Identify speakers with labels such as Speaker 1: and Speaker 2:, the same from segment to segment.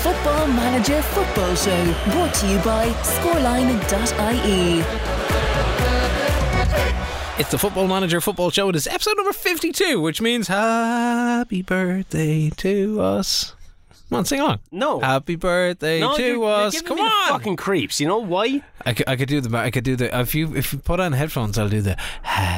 Speaker 1: Football Manager Football Show, brought to you by scoreline.ie.
Speaker 2: It's the Football Manager Football Show. It is episode number 52, which means happy birthday to us. Come on, sing along.
Speaker 3: No.
Speaker 2: Happy birthday
Speaker 3: no,
Speaker 2: to
Speaker 3: you're, you're
Speaker 2: us.
Speaker 3: giving
Speaker 2: Come
Speaker 3: me the
Speaker 2: on.
Speaker 3: fucking creeps. You know why?
Speaker 2: I, could, I could do the I could do the if you if you put on headphones I'll do the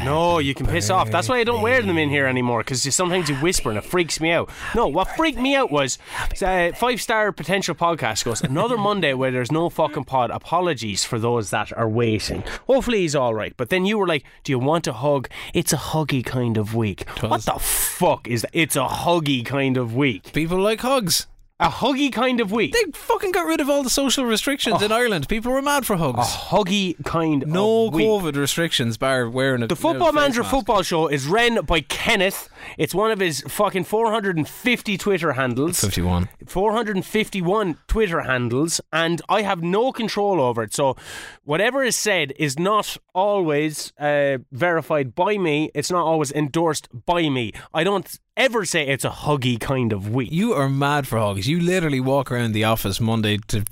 Speaker 3: No, you can piss off. That's why I don't wear them in here anymore because sometimes you whisper and it freaks me out. No, what freaked me out was uh, five star potential podcast goes another Monday where there's no fucking pod. Apologies for those that are waiting. Hopefully he's all right. But then you were like, "Do you want a hug?" It's a huggy kind of week. What the fuck is that? It's a huggy kind of week.
Speaker 2: people like hugs.
Speaker 3: A huggy kind of week.
Speaker 2: They fucking got rid of all the social restrictions
Speaker 3: Oh.
Speaker 2: in Ireland. People were mad for hugs.
Speaker 3: A huggy kind
Speaker 2: no
Speaker 3: of week.
Speaker 2: COVID restrictions bar wearing a
Speaker 3: oh, The Football
Speaker 2: no face
Speaker 3: Manager
Speaker 2: mask.
Speaker 3: Football Show is ran by Kenneth. It's one of his fucking 450 Twitter handles.
Speaker 2: 51.
Speaker 3: 451 Twitter handles, and I have no control over it. So, whatever is said is not always uh, verified by me. It's not always endorsed by me. I don't ever say it's a huggy kind of week.
Speaker 2: You are mad for hugs. You literally walk around the office Monday to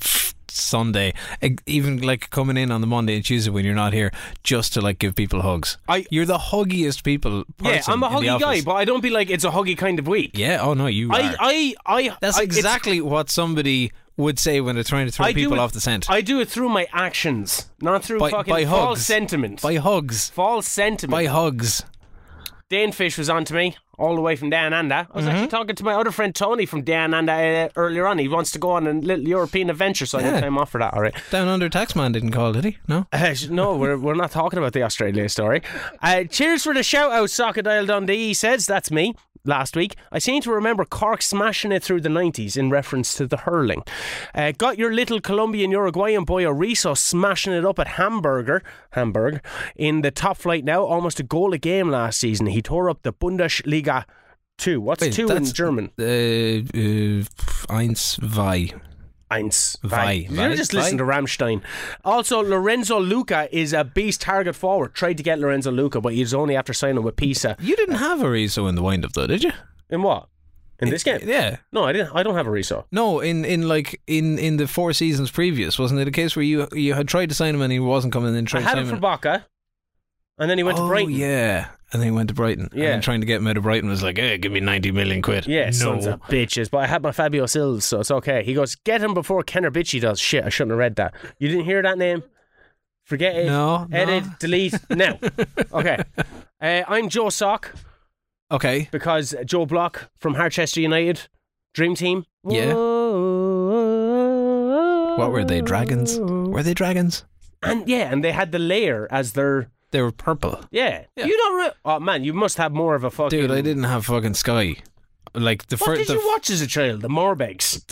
Speaker 2: Sunday, e- even like coming in on the Monday and Tuesday when you're not here, just to like give people hugs.
Speaker 3: I-
Speaker 2: you're the huggiest people.
Speaker 3: yeah,
Speaker 2: person
Speaker 3: I'm a
Speaker 2: in the
Speaker 3: huggy guy,
Speaker 2: office.
Speaker 3: but I don't be like it's a huggy kind of week.
Speaker 2: yeah, oh no, you are.
Speaker 3: I, I, I.
Speaker 2: That's
Speaker 3: I, it's-
Speaker 2: exactly what somebody would say when they're trying to throw
Speaker 3: I do
Speaker 2: people
Speaker 3: it-
Speaker 2: off the scent.
Speaker 3: I do it through my actions, not through
Speaker 2: By-
Speaker 3: fucking
Speaker 2: by
Speaker 3: false
Speaker 2: hugs.
Speaker 3: sentiments.
Speaker 2: by hugs.
Speaker 3: false sentiment.
Speaker 2: By hugs.
Speaker 3: Dan Fish was on to me all the way from Down Under. I was
Speaker 2: Mm-hmm.
Speaker 3: actually talking to my other friend Tony from Down Under uh, earlier on. He wants to go on a little European adventure, so I
Speaker 2: Yeah.
Speaker 3: got time off for that. All right.
Speaker 2: Down under taxman didn't call, did he? No.
Speaker 3: Uh, sh- no, we're, we're not talking about the Australia story. Uh, cheers for the shout out, Sockadile Dundee he says. That's me. Last week, I seem to remember Cork smashing it through the 90s in reference to the hurling. Uh, got your little Colombian Uruguayan boy Ariso smashing it up at Hamburger, Hamburg, in the top flight now, almost a goal a game last season. He tore up the Bundesliga 2. What's 2 in
Speaker 2: that's-
Speaker 3: German?
Speaker 2: Uh, uh, eins, zwei.
Speaker 3: Eins.
Speaker 2: Vai,
Speaker 3: You
Speaker 2: vai,
Speaker 3: just
Speaker 2: vai.
Speaker 3: listen to Ramstein. Also, Lorenzo Luca is a beast target forward. Tried to get Lorenzo Luca, but he's only after signing with Pisa.
Speaker 2: You didn't have Arizo in the wind up though, did you?
Speaker 3: In what? In this game?
Speaker 2: Yeah.
Speaker 3: No, I didn't. I don't have a resaw.
Speaker 2: No, in, in like in, in the four seasons previous, wasn't it a case where you you had tried to sign him and he wasn't coming in?
Speaker 3: I
Speaker 2: Tried to
Speaker 3: had
Speaker 2: sign
Speaker 3: it for
Speaker 2: him-
Speaker 3: Baca, and then he went
Speaker 2: oh,
Speaker 3: to Brighton.
Speaker 2: yeah, and then he went to Brighton. and
Speaker 3: Yeah.
Speaker 2: then trying to get him out of Brighton was like, hey, give me ninety million quid.
Speaker 3: Yeah, sons
Speaker 2: no,
Speaker 3: of bitches. But I had my Fabio Sills, so it's okay. He goes, get him before Kenner Bitchy does. Shit, I shouldn't have read that. You didn't hear that name? Forget it.
Speaker 2: No, no.
Speaker 3: Edit, delete, now. Okay. Uh, I'm Joe Sock.
Speaker 2: okay.
Speaker 3: because Joe Block from Harchester United, Dream Team.
Speaker 2: Yeah.
Speaker 3: What
Speaker 2: What were they? Dragons? Were they dragons?
Speaker 3: And yeah, and they had the layer as their
Speaker 2: They were purple.
Speaker 3: yeah.
Speaker 2: Yeah.
Speaker 3: You don't. Re- oh man, you must have more of a fucking.
Speaker 2: Dude, I didn't have fucking Sky. Like the
Speaker 3: What
Speaker 2: first,
Speaker 3: did
Speaker 2: the
Speaker 3: you watch as a child? The Morbegs.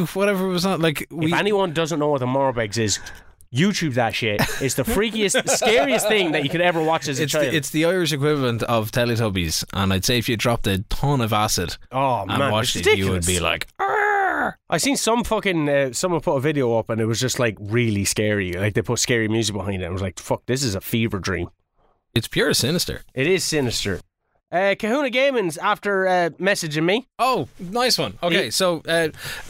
Speaker 2: f- whatever was on. Like we,
Speaker 3: If anyone doesn't know what the Morbegs is. YouTube that shit. It's the freakiest, scariest thing that you could ever watch as a
Speaker 2: it's
Speaker 3: child.
Speaker 2: the, it's the Irish equivalent of Teletubbies, and I'd say if you dropped a ton of acid
Speaker 3: oh
Speaker 2: and
Speaker 3: man,
Speaker 2: watched
Speaker 3: it's
Speaker 2: it, you would be
Speaker 3: ridiculous.
Speaker 2: like, "Ah,
Speaker 3: I seen some fucking uh, someone put a video up and it was just like really scary. Like they put scary music behind it. I was like, "Fuck, this is a fever dream."
Speaker 2: it's pure sinister.
Speaker 3: It is sinister. Uh, Kahuna Gaming's after uh, messaging me.
Speaker 2: Oh, nice one. Okay,
Speaker 3: Yeah.
Speaker 2: so uh,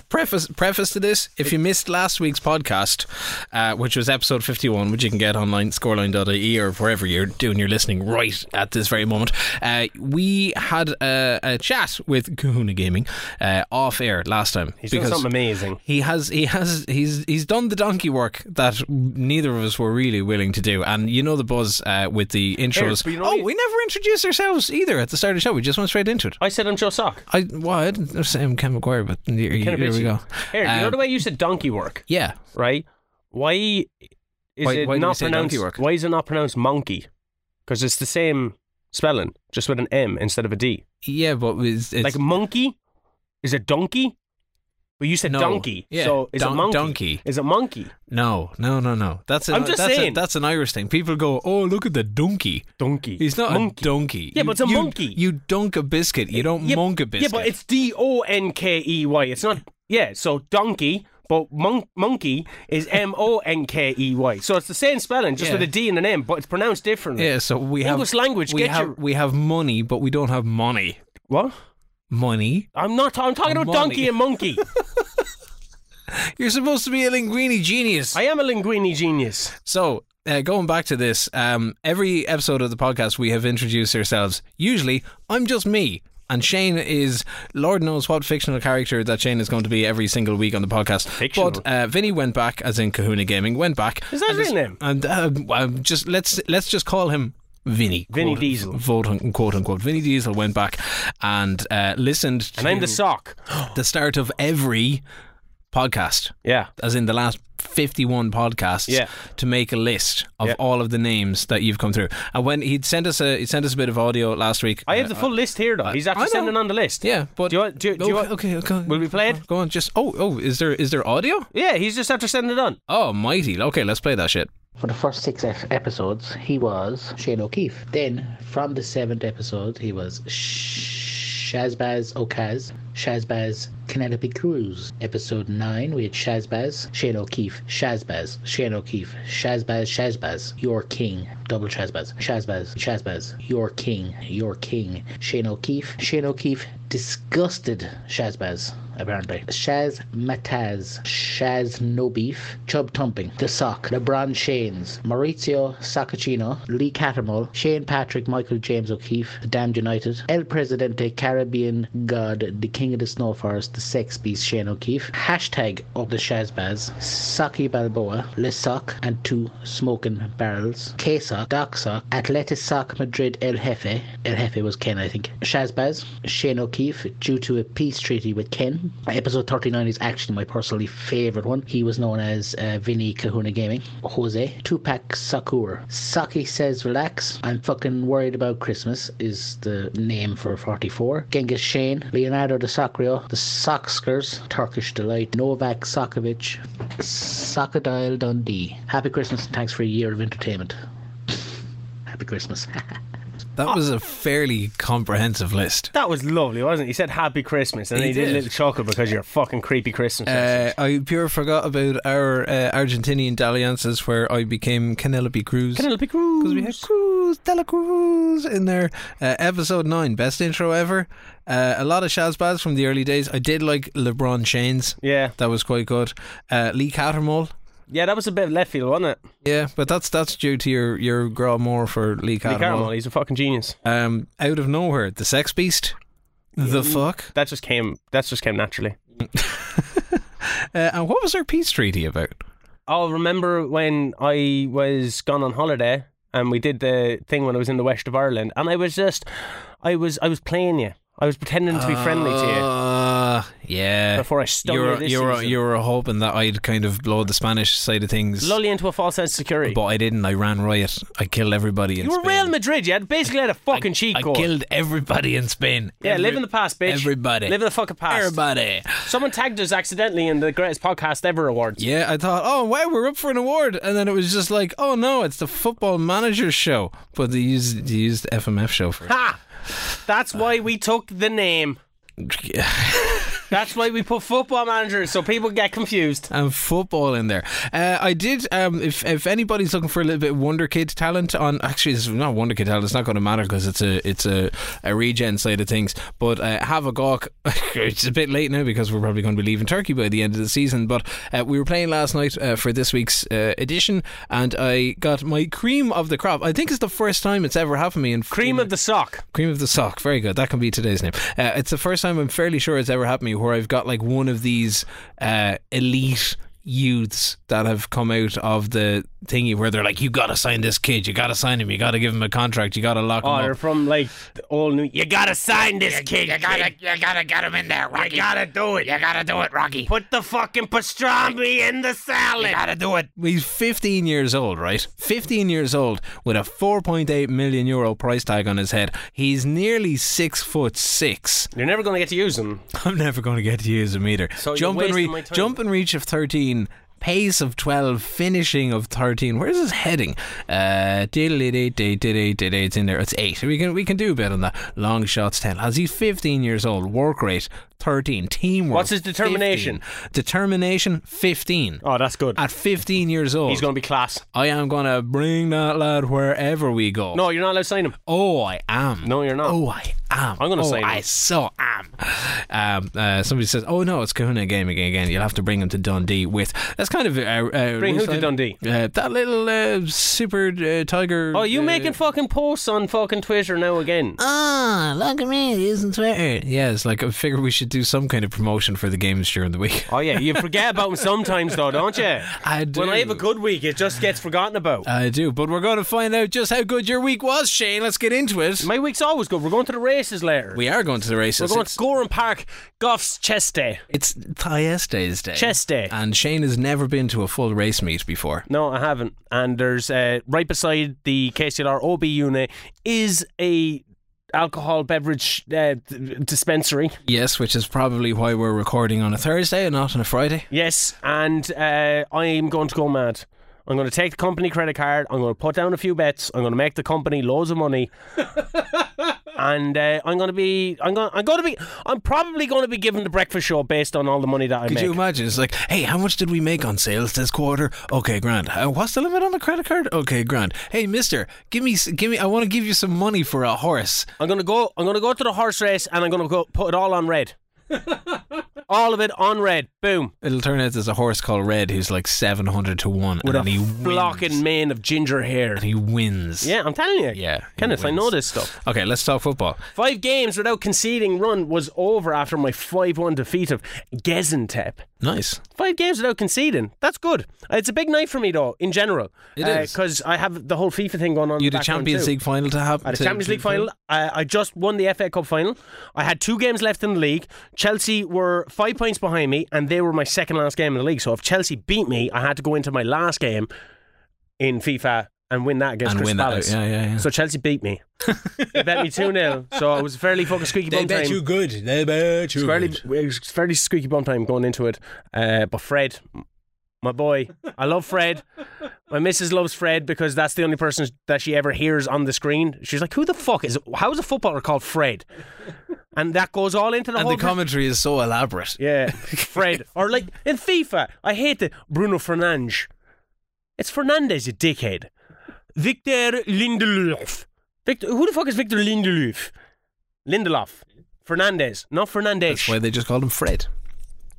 Speaker 2: preface preface to this: if you missed last week's podcast, uh, which was episode fifty one, which you can get online scoreline.ie E, or wherever you're doing your listening right at this very moment, uh, we had a, a chat with Kahuna Gaming uh, off air last time.
Speaker 3: He's doing something amazing.
Speaker 2: He has, he has, he's he's done the donkey work that neither of us were really willing to do, and you know the buzz uh, with the intros.
Speaker 3: but you know
Speaker 2: oh,
Speaker 3: you-
Speaker 2: we never introduced ourselves either at the start of the show. We just went straight into it.
Speaker 3: I said I'm Joe Sock.
Speaker 2: I well, I didn't say I'm Ken McGuire, but here, here we go.
Speaker 3: Here, you know
Speaker 2: Um,
Speaker 3: the way you said donkey work,
Speaker 2: Yeah,
Speaker 3: right? Why is
Speaker 2: Why-
Speaker 3: it
Speaker 2: why do we
Speaker 3: not
Speaker 2: say
Speaker 3: pronounced?
Speaker 2: donkey work?
Speaker 3: Why is it not pronounced monkey? Because it's the same spelling, just with an M instead of a D.
Speaker 2: yeah, but it's, it's
Speaker 3: like monkey is a donkey, but you said
Speaker 2: No.
Speaker 3: donkey.
Speaker 2: Yeah,
Speaker 3: So is it
Speaker 2: don-
Speaker 3: monkey?
Speaker 2: donkey.
Speaker 3: Is it monkey?
Speaker 2: no, no, no, no. That's an,
Speaker 3: I'm just
Speaker 2: that's a-
Speaker 3: saying.
Speaker 2: that's an Irish thing. People go, oh, look at the donkey.
Speaker 3: Donkey.
Speaker 2: He's not
Speaker 3: monkey.
Speaker 2: a donkey.
Speaker 3: Yeah,
Speaker 2: You-
Speaker 3: but it's a
Speaker 2: you-
Speaker 3: monkey.
Speaker 2: You dunk a biscuit. You don't
Speaker 3: Yeah,
Speaker 2: monk a
Speaker 3: Yeah,
Speaker 2: biscuit.
Speaker 3: but it's D O N K E Y. It's not. Yeah, so donkey, but mon- monkey is M O N K E Y. So it's the same spelling, just
Speaker 2: Yeah.
Speaker 3: with a D and an M, but it's pronounced differently.
Speaker 2: yeah. So we have
Speaker 3: English language,
Speaker 2: We
Speaker 3: get
Speaker 2: have
Speaker 3: your-
Speaker 2: we have money, but we don't have money.
Speaker 3: What?
Speaker 2: Money.
Speaker 3: I'm not. I'm talking about
Speaker 2: Money.
Speaker 3: donkey and monkey.
Speaker 2: You're supposed to be a linguini genius.
Speaker 3: I am a linguini genius.
Speaker 2: So, uh, going back to this, um, every episode of the podcast, we have introduced ourselves. Usually, I'm just me. And Shane is, Lord knows what fictional character that Shane is going to be every single week on the podcast.
Speaker 3: Fictional.
Speaker 2: But uh, Vinny went back, as in Kahuna Gaming, went back.
Speaker 3: Is that
Speaker 2: and
Speaker 3: his
Speaker 2: just-
Speaker 3: name?
Speaker 2: And uh, well, just let's let's just call him Vinny.
Speaker 3: Vinny
Speaker 2: quote-
Speaker 3: Diesel.
Speaker 2: Quote unquote, quote unquote. Vinny Diesel went back and uh, listened
Speaker 3: And I'm the
Speaker 2: to
Speaker 3: sock.
Speaker 2: the start of every podcast
Speaker 3: Yeah.
Speaker 2: as in the last 51 podcasts
Speaker 3: Yeah.
Speaker 2: to make a list of
Speaker 3: Yeah.
Speaker 2: all of the names that you've come through and when he'd sent us a he sent us a bit of audio last week
Speaker 3: I have the full list here, though. He's
Speaker 2: I
Speaker 3: actually
Speaker 2: know.
Speaker 3: sending on the list.
Speaker 2: yeah but
Speaker 3: Do you want- do you- do you
Speaker 2: okay,
Speaker 3: want-
Speaker 2: okay, okay.
Speaker 3: Will we play it?
Speaker 2: go on just oh oh is there is there audio
Speaker 3: Yeah, he's just after sending it on.
Speaker 2: oh mighty okay let's play that shit
Speaker 4: For the first six ep- episodes, he was Shane O'Keefe. Then, from the seventh episode, he was Sh- Shazbaz Okaz, Shazbaz Penelope Cruz. Episode 9, we had Shazbaz, Shane O'Keefe, Shazbaz, Shane O'Keefe, Shazbaz, Shazbaz, Your King, Double Shazbaz, Shazbaz, Shazbaz, Your King, Your King, Shane O'Keefe, Shane O'Keefe, disgusted Shazbaz apparently. Shaz Mataz, Shaz No Beef, Chub Thumping, The Sock, LeBron Shanes, Maurizio Sacchino, Lee Catamol, Shane Patrick, Michael James O'Keefe, Damned United, El Presidente, Caribbean God, The King of the Snow Forest, The Sex Beast, Shane O'Keefe, hashtag of the Shazbaz, Saki Balboa, Le Sock, and two Smoking Barrels, K Sock, Doc Sock, Athletic Sock Madrid, El Jefe, El Jefe was Ken, I think, Shazbaz, Shane O'Keefe, due to a peace treaty with Ken. Episode 39 is actually my personally favourite one. He was known as uh, Vinny Kahuna Gaming. Jose, Tupac Sakur. Saki says, Relax, I'm fucking worried about Christmas, is the name for 44. Genghis Shane, Leonardo de Sacrio, The Sockskers, Turkish Delight, Novak Sokovic, Sockadile Dundee. Happy Christmas and thanks for a year of entertainment. Happy Christmas.
Speaker 2: that
Speaker 3: Ah.
Speaker 2: was a fairly comprehensive list
Speaker 3: That was lovely, wasn't it? He said Happy Christmas, and
Speaker 2: He
Speaker 3: he, did.
Speaker 2: did.
Speaker 3: a little chuckle because you're a fucking creepy Christmas.
Speaker 2: Uh, I pure forgot about our uh, Argentinian dalliances where I became Penelope Cruz.
Speaker 3: Penelope Cruz.
Speaker 2: Because we had Cruz, Dela Cruz in there. Uh, episode 9, best intro ever. Uh, a lot of Shazbaz from the early days. I did like LeBron Shane's.
Speaker 3: Yeah,
Speaker 2: That was quite good. Uh, Lee Cattermole.
Speaker 3: yeah, that was a bit left field, wasn't it?
Speaker 2: Yeah, but that's that's due to your, your grow more for Lee
Speaker 3: Lee Carmel,
Speaker 2: Cattermole.
Speaker 3: he's a fucking genius.
Speaker 2: Um, out of nowhere, the Sex Beast. The fuck?
Speaker 3: That just came. That just came naturally.
Speaker 2: Uh, and what was our peace treaty about?
Speaker 3: Oh, remember when I was gone on holiday and we did the thing when I was in the west of Ireland, and I was just, I was, I was playing you. I was pretending to be friendly to
Speaker 2: Uh, yeah.
Speaker 3: you before I stung
Speaker 2: you
Speaker 3: you
Speaker 2: were,
Speaker 3: this
Speaker 2: you, were,
Speaker 3: season.
Speaker 2: you were hoping that I'd kind of blow the Spanish side of things.
Speaker 3: Lull you into a false sense of security.
Speaker 2: But I didn't. I ran riot. I killed everybody in
Speaker 3: you were
Speaker 2: Spain.
Speaker 3: Real Madrid. You had basically had a fucking cheat
Speaker 2: I
Speaker 3: code.
Speaker 2: killed everybody in Spain.
Speaker 3: yeah,
Speaker 2: Every-
Speaker 3: live in the past, bitch.
Speaker 2: Everybody.
Speaker 3: Live in the fucking past.
Speaker 2: Everybody.
Speaker 3: Someone tagged us accidentally in the greatest podcast ever awards.
Speaker 2: Yeah, I thought, oh wow, we're up for an award, and then it was just like, oh no, it's the football manager show, but they used they used the FMF show for. it.
Speaker 3: Ha! That's why we took the name. That's why we put football managers so people get confused.
Speaker 2: and um, football in there. Uh, I did. Um, if if anybody's looking for a little bit of Wonder Kid talent on, actually, it's not Wonder Kid talent. It's not going to matter because it's a it's a, a regen side of things. But uh, have a gawk. it's a bit late now because we're probably going to be leaving Turkey by the end of the season. But uh, we were playing last night uh, for this week's uh, edition, and I got my cream of the crop. I think it's the first time it's ever happened to me in
Speaker 3: Cream of the sock.
Speaker 2: Cream of the sock, very good. That can be today's name. Uh, it's the first time I'm fairly sure it's ever happened to me where I've got like one of these uh, elite youths that have come out of the thingy where they're like, you got to sign this kid, you got to sign him, you got to give him a contract, you got to lock
Speaker 3: Oh,
Speaker 2: him
Speaker 3: they're
Speaker 2: up.
Speaker 3: from like the all new. You gotta sign this kid. You gotta,
Speaker 5: you gotta get him in there, Rocky.
Speaker 3: you gotta do it.
Speaker 5: You gotta do it, Rocky.
Speaker 3: Put the fucking pastrami in the salad.
Speaker 5: You gotta do it.
Speaker 2: He's 15 years old, right? 15 years old with a 4.8 million euro price tag on his head. He's nearly six foot six.
Speaker 3: You're never gonna get to use them.
Speaker 2: I'm never going to get to use him either.
Speaker 3: So you're
Speaker 2: jump and
Speaker 3: wasting
Speaker 2: reach,
Speaker 3: my time.
Speaker 2: jump and reach of thirteen, pace of twelve, finishing of thirteen. Where's this heading? Uh, diddly day day diddly day day. It's in there. It's eight. We can we can do a bit on that. Long shots ten. As he's fifteen years old, work rate 13. Teamwork.
Speaker 3: What's his determination?
Speaker 2: 15. Determination 15.
Speaker 3: Oh, that's good.
Speaker 2: At 15 years old,
Speaker 3: He's going to be class.
Speaker 2: I am going to bring that lad wherever we go.
Speaker 3: No, you're not allowed to sign him.
Speaker 2: Oh, I am.
Speaker 3: No, you're not.
Speaker 2: Oh, I am.
Speaker 3: I'm gonna
Speaker 2: oh,
Speaker 3: say no.
Speaker 2: I so am. Um, uh, somebody says, "Oh no, it's Kahuna gaming again. You'll have to bring him to Dundee with." That's kind of uh, uh,
Speaker 3: Bring who to
Speaker 2: Roosevelt.
Speaker 3: Dundee?
Speaker 2: Uh, that little uh, super uh, tiger.
Speaker 3: Oh, you
Speaker 2: uh,
Speaker 3: making fucking posts on fucking Twitter now again?
Speaker 5: Uh,
Speaker 2: Ah, look at me using Twitter. Yes, like I figure we should do some kind of promotion for the games during the week.
Speaker 3: Oh yeah, you forget about them sometimes though, don't you?
Speaker 2: I do.
Speaker 3: When I have a good week, it just gets forgotten
Speaker 5: Uh,
Speaker 3: about.
Speaker 2: I do, but we're going to find out just how good your week was, Shane. Let's get into it.
Speaker 3: My week's always good. We're going to the races later.
Speaker 2: We are going to the
Speaker 3: We're
Speaker 2: races.
Speaker 3: going
Speaker 2: It's-
Speaker 3: to Gorham Park Goff's Chess Day.
Speaker 2: It's Thiestes Day.
Speaker 3: Chess Day.
Speaker 2: And Shane has never been to a full race meet before.
Speaker 3: No, I haven't. And there's uh, right beside the KCLR OB unit is a alcohol beverage uh, d- dispensary.
Speaker 2: Yes, which is probably why we're recording on a Thursday and not on a Friday.
Speaker 3: Yes, and uh, I'm going to go mad. I'm going to take the company credit card. I'm going to put down a few bets. I'm going to make the company loads of money, and uh, I'm going to be. I'm going. I'm going to be. I'm probably going to be given the breakfast show based on all the money that I
Speaker 2: Could
Speaker 3: make.
Speaker 2: you imagine? It's like, hey, how much did we make on sales this quarter? Okay, grand. Uh, what's the limit on the credit card? Okay, grand. Hey, Mister, give me, s- give me. I want to give you some money for a horse.
Speaker 3: I'm going to go. I'm going to go to the horse race, and I'm going to go put it all on red. all of it on red. Boom.
Speaker 2: It'll turn out there's a horse called Red who's like seven hundred to one,
Speaker 3: With
Speaker 2: and
Speaker 3: a
Speaker 2: he
Speaker 3: flocking
Speaker 2: wins.
Speaker 3: mane of ginger hair.
Speaker 2: And he wins.
Speaker 3: Yeah, I'm telling you.
Speaker 2: Yeah, he
Speaker 3: Kenneth, I
Speaker 2: wins.
Speaker 3: know this stuff.
Speaker 2: Okay, let's talk football.
Speaker 3: Five games without conceding run was over after my 5 1 defeat of Gezentep.
Speaker 2: Nice.
Speaker 3: Five games without conceding. That's good. Uh, It's a big night for me, though, in general.
Speaker 2: It is.
Speaker 3: Because I have the whole FIFA thing going on.
Speaker 2: You
Speaker 3: in
Speaker 2: had
Speaker 3: the
Speaker 2: a
Speaker 3: background,
Speaker 2: Champions
Speaker 3: too.
Speaker 2: League final to happen.
Speaker 3: I had a
Speaker 2: to-
Speaker 3: Champions
Speaker 2: to-
Speaker 3: League final. I, I just won the FA Cup final. I had two games left in the league. Chelsea were five points behind me, and they were my second last game in the league. So if Chelsea beat me, I had to go into my last game in FIFA and win that against
Speaker 2: And
Speaker 3: Crystal
Speaker 2: win that, uh,
Speaker 3: Palace.
Speaker 2: yeah, yeah, yeah.
Speaker 3: So Chelsea beat me. they bet me 2 0. So it was a fairly fucking squeaky bum time.
Speaker 2: good. They bet you
Speaker 3: fairly, it was fairly squeaky bum time going into it. Uh, but Fred, my boy, I love Fred. My missus loves Fred because that's the only person that she ever hears on the screen. She's like, "Who the fuck is? How is a footballer called Fred?" And that goes all into the
Speaker 2: And
Speaker 3: whole.
Speaker 2: the commentary is so elaborate.
Speaker 3: yeah, Fred, or like in FIFA, I hate it. Bruno Fernandes. It's Fernandez, you dickhead. Victor Lindelof. Victor, who the fuck is Victor Lindelof? Lindelof. Fernandez, not Fernandez.
Speaker 2: That's why they just called him Fred.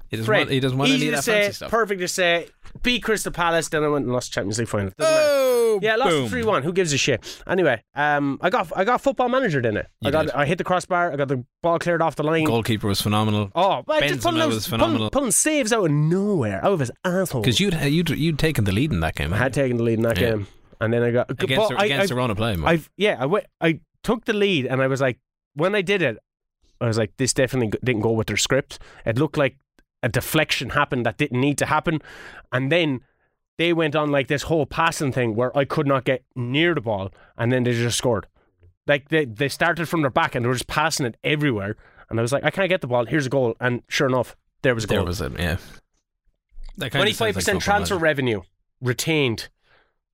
Speaker 2: He doesn't
Speaker 3: Fred,
Speaker 2: want, he doesn't want
Speaker 3: easy
Speaker 2: any of
Speaker 3: to
Speaker 2: that
Speaker 3: say,
Speaker 2: fancy stuff.
Speaker 3: perfect to say. Beat Crystal Palace, then I went and lost Champions League final. Doesn't matter.
Speaker 2: oh,
Speaker 3: Yeah, I
Speaker 2: boom.
Speaker 3: lost three one. Who gives a shit? Anyway, um, I got I got football manager in it.
Speaker 2: You
Speaker 3: I got
Speaker 2: did.
Speaker 3: I hit the crossbar. I got the ball cleared off the line.
Speaker 2: Goalkeeper was phenomenal.
Speaker 3: Oh, but I
Speaker 2: Benzema
Speaker 3: just pulling, those,
Speaker 2: was phenomenal.
Speaker 3: Pulling, pulling saves out of nowhere, out of his asshole.
Speaker 2: Because you'd, you'd you'd taken the lead in that game.
Speaker 3: I had taken the lead in that
Speaker 2: Yeah.
Speaker 3: game, and then I got
Speaker 2: against
Speaker 3: but
Speaker 2: the, against
Speaker 3: I,
Speaker 2: the run of play.
Speaker 3: I, I've yeah, I went, I took the lead, and I was like, when I did it, I was like, this definitely g- didn't go with their script. It looked like a deflection happened that didn't need to happen, and then. They went on like this whole passing thing where I could not get near the ball, and then they just scored. Like they, they started from their back and they were just passing it everywhere. And I was like, I can't get the ball. Here's a goal. And sure enough, there was a goal.
Speaker 2: there was it. Yeah. That kinda sounds like
Speaker 3: Twenty-five percent
Speaker 2: football
Speaker 3: transfer
Speaker 2: manager.
Speaker 3: revenue retained.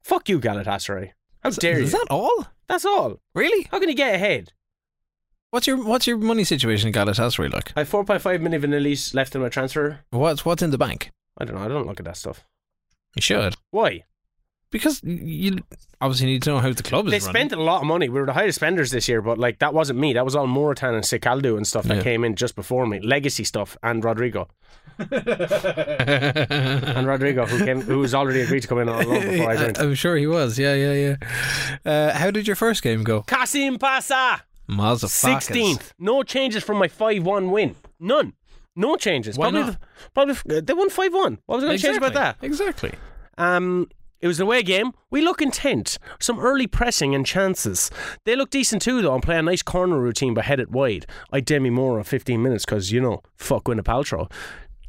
Speaker 3: Fuck you, Galatasaray. How dare you?
Speaker 2: Is that all?
Speaker 3: That's all.
Speaker 2: Really?
Speaker 3: How can you get ahead?
Speaker 2: What's your what's your money situation in Galatasaray like?
Speaker 3: I have four point five million vanillis left in my transfer.
Speaker 2: What's what's in the bank?
Speaker 3: I don't know. I don't look at that stuff.
Speaker 2: You should
Speaker 3: Why?
Speaker 2: because you obviously need to know how the club is
Speaker 3: They
Speaker 2: running.
Speaker 3: spent a lot of money. We were the highest spenders this year, but like that wasn't me. That was all Moritan and Sicaldo and stuff that
Speaker 2: Yeah.
Speaker 3: came in just before me. Legacy stuff and Rodrigo and Rodrigo, who came, who was already agreed to come in on loan before I
Speaker 2: I,
Speaker 3: joined.
Speaker 2: am sure he was. Yeah, yeah, yeah. Uh, how did your first game go?
Speaker 3: Kasim Pasa,
Speaker 2: Mazda
Speaker 3: sixteenth. No changes from my five-one win. None. No changes.
Speaker 2: Why
Speaker 3: probably,
Speaker 2: not?
Speaker 3: probably f- they won five-one. What was going to change about that?
Speaker 2: Exactly.
Speaker 3: Um, it was an away game. We look intent. Some early pressing and chances. They look decent too, though, and play a nice corner routine but head it wide. I Demi Moore of 15 minutes because, you know, fuck Gwyneth Paltrow.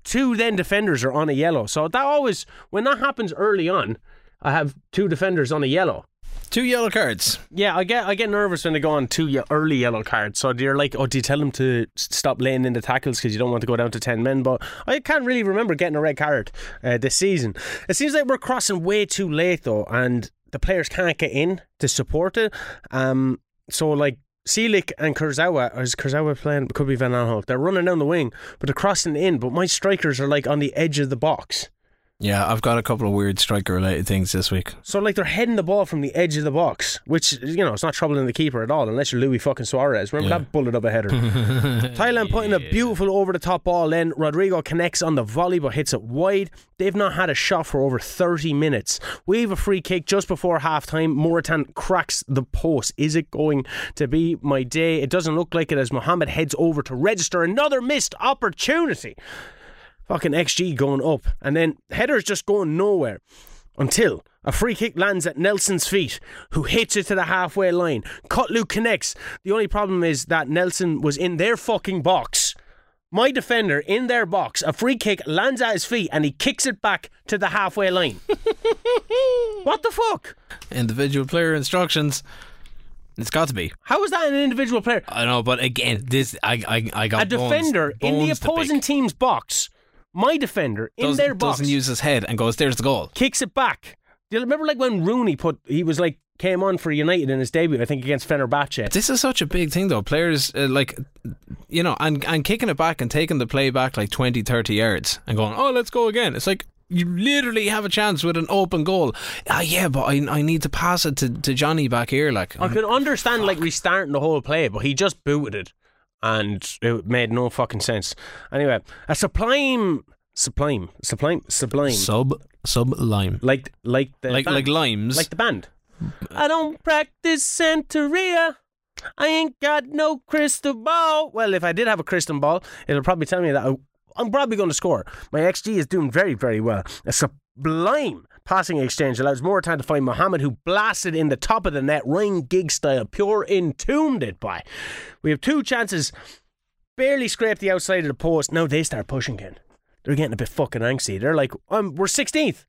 Speaker 3: Two then defenders are on a yellow. So that always, when that happens early on, I have two defenders on a yellow.
Speaker 2: Two yellow cards.
Speaker 3: Yeah, I get I get nervous when they go on two ye- early yellow cards. So you're like, oh, do you tell them to s- stop laying in the tackles because you don't want to go down to ten men? But I can't really remember getting a red card uh, this season. It seems like we're crossing way too late though, and the players can't get in to support it. Um, so like Seelick and Kurzawa, or is Kurzawa playing? Could be Van Aanholt. They're running down the wing, but they're crossing in. But my strikers are like on the edge of the box.
Speaker 2: Yeah, I've got a couple of weird striker related things this week.
Speaker 3: So like they're heading the ball from the edge of the box, which you know it's not troubling the keeper at all, unless you're Louis fucking Suarez. Remember
Speaker 2: Yeah.
Speaker 3: that bullet up a header. Thailand putting a beautiful over the top ball in. Rodrigo connects on the volley but hits it wide. They've not had a shot for over 30 minutes. We have a free kick just before half time. Moritan cracks the post. Is it going to be my day? It doesn't look like it as Mohammed heads over to register another missed opportunity fucking XG going up, and then headers just going nowhere until a free kick lands at Nelson's feet, who hits it to the halfway line. Cutlu connects. The only problem is that Nelson was in their fucking box. My defender in their box, a free kick lands at his feet and he kicks it back to the halfway line. what the fuck?
Speaker 2: Individual player instructions. It's got to be.
Speaker 3: How is that an individual player?
Speaker 2: I know, but again, this I I, I got
Speaker 3: A defender
Speaker 2: bones,
Speaker 3: in the
Speaker 2: bones to pick.
Speaker 3: opposing team's box. My defender in
Speaker 2: doesn't,
Speaker 3: their box.
Speaker 2: doesn't use his head and goes, "There's the goal."
Speaker 3: kicks it back. Do you remember like when Rooney put he was like came on for United in his debut, I think against Fenerbahce.
Speaker 2: This is such a big thing, though. Players uh, like, you know, and and kicking it back and taking the play back like 20, 30 yards and going, "Oh, let's go again." It's like. You literally have a chance with an open goal. Ah, yeah, but I, I need to pass it to, to Johnny back here. Like,
Speaker 3: I could understand like restarting the whole play, but he just booted it, and it made no fucking sense. Anyway, a sublime, sublime, sublime, sublime,
Speaker 2: sub sub lime,
Speaker 3: like like the
Speaker 2: like
Speaker 3: band.
Speaker 2: like limes.
Speaker 3: like the band. I don't practice Santeria. I ain't got no crystal ball. Well, if I did have a crystal ball, it'll probably tell me that I, I'm probably going to score. My XG is doing very, very well. A sublime passing exchange allows more time to find Mohammed, who blasted in the top of the net, Ryan Gig style, pure entombed it by. We have two chances, barely scraped the outside of the post. Now they start pushing again. They're getting a bit fucking angsty. They're like, um, we're 16th.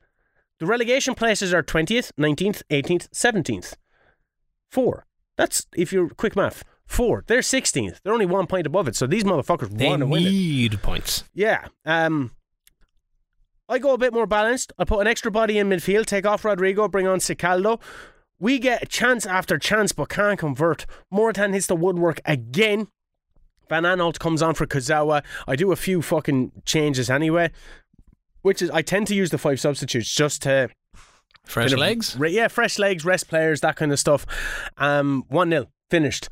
Speaker 3: The relegation places are 20th, 19th, 18th, 17th. Four. That's, if you're quick math, four. They're 16th. They're only one point above it. So these motherfuckers
Speaker 2: they
Speaker 3: want to win it.
Speaker 2: need points.
Speaker 3: Yeah. Um, I go a bit more balanced. I put an extra body in midfield, take off Rodrigo, bring on Sicaldo. We get chance after chance, but can't convert. Moratan hits the woodwork again. Van Aanholt comes on for Kozawa. I do a few fucking changes anyway, which is I tend to use the five substitutes just to
Speaker 2: Fresh
Speaker 3: kind of
Speaker 2: legs.
Speaker 3: re- yeah, fresh legs, rest players, that kind of stuff. Um, one 0 finished.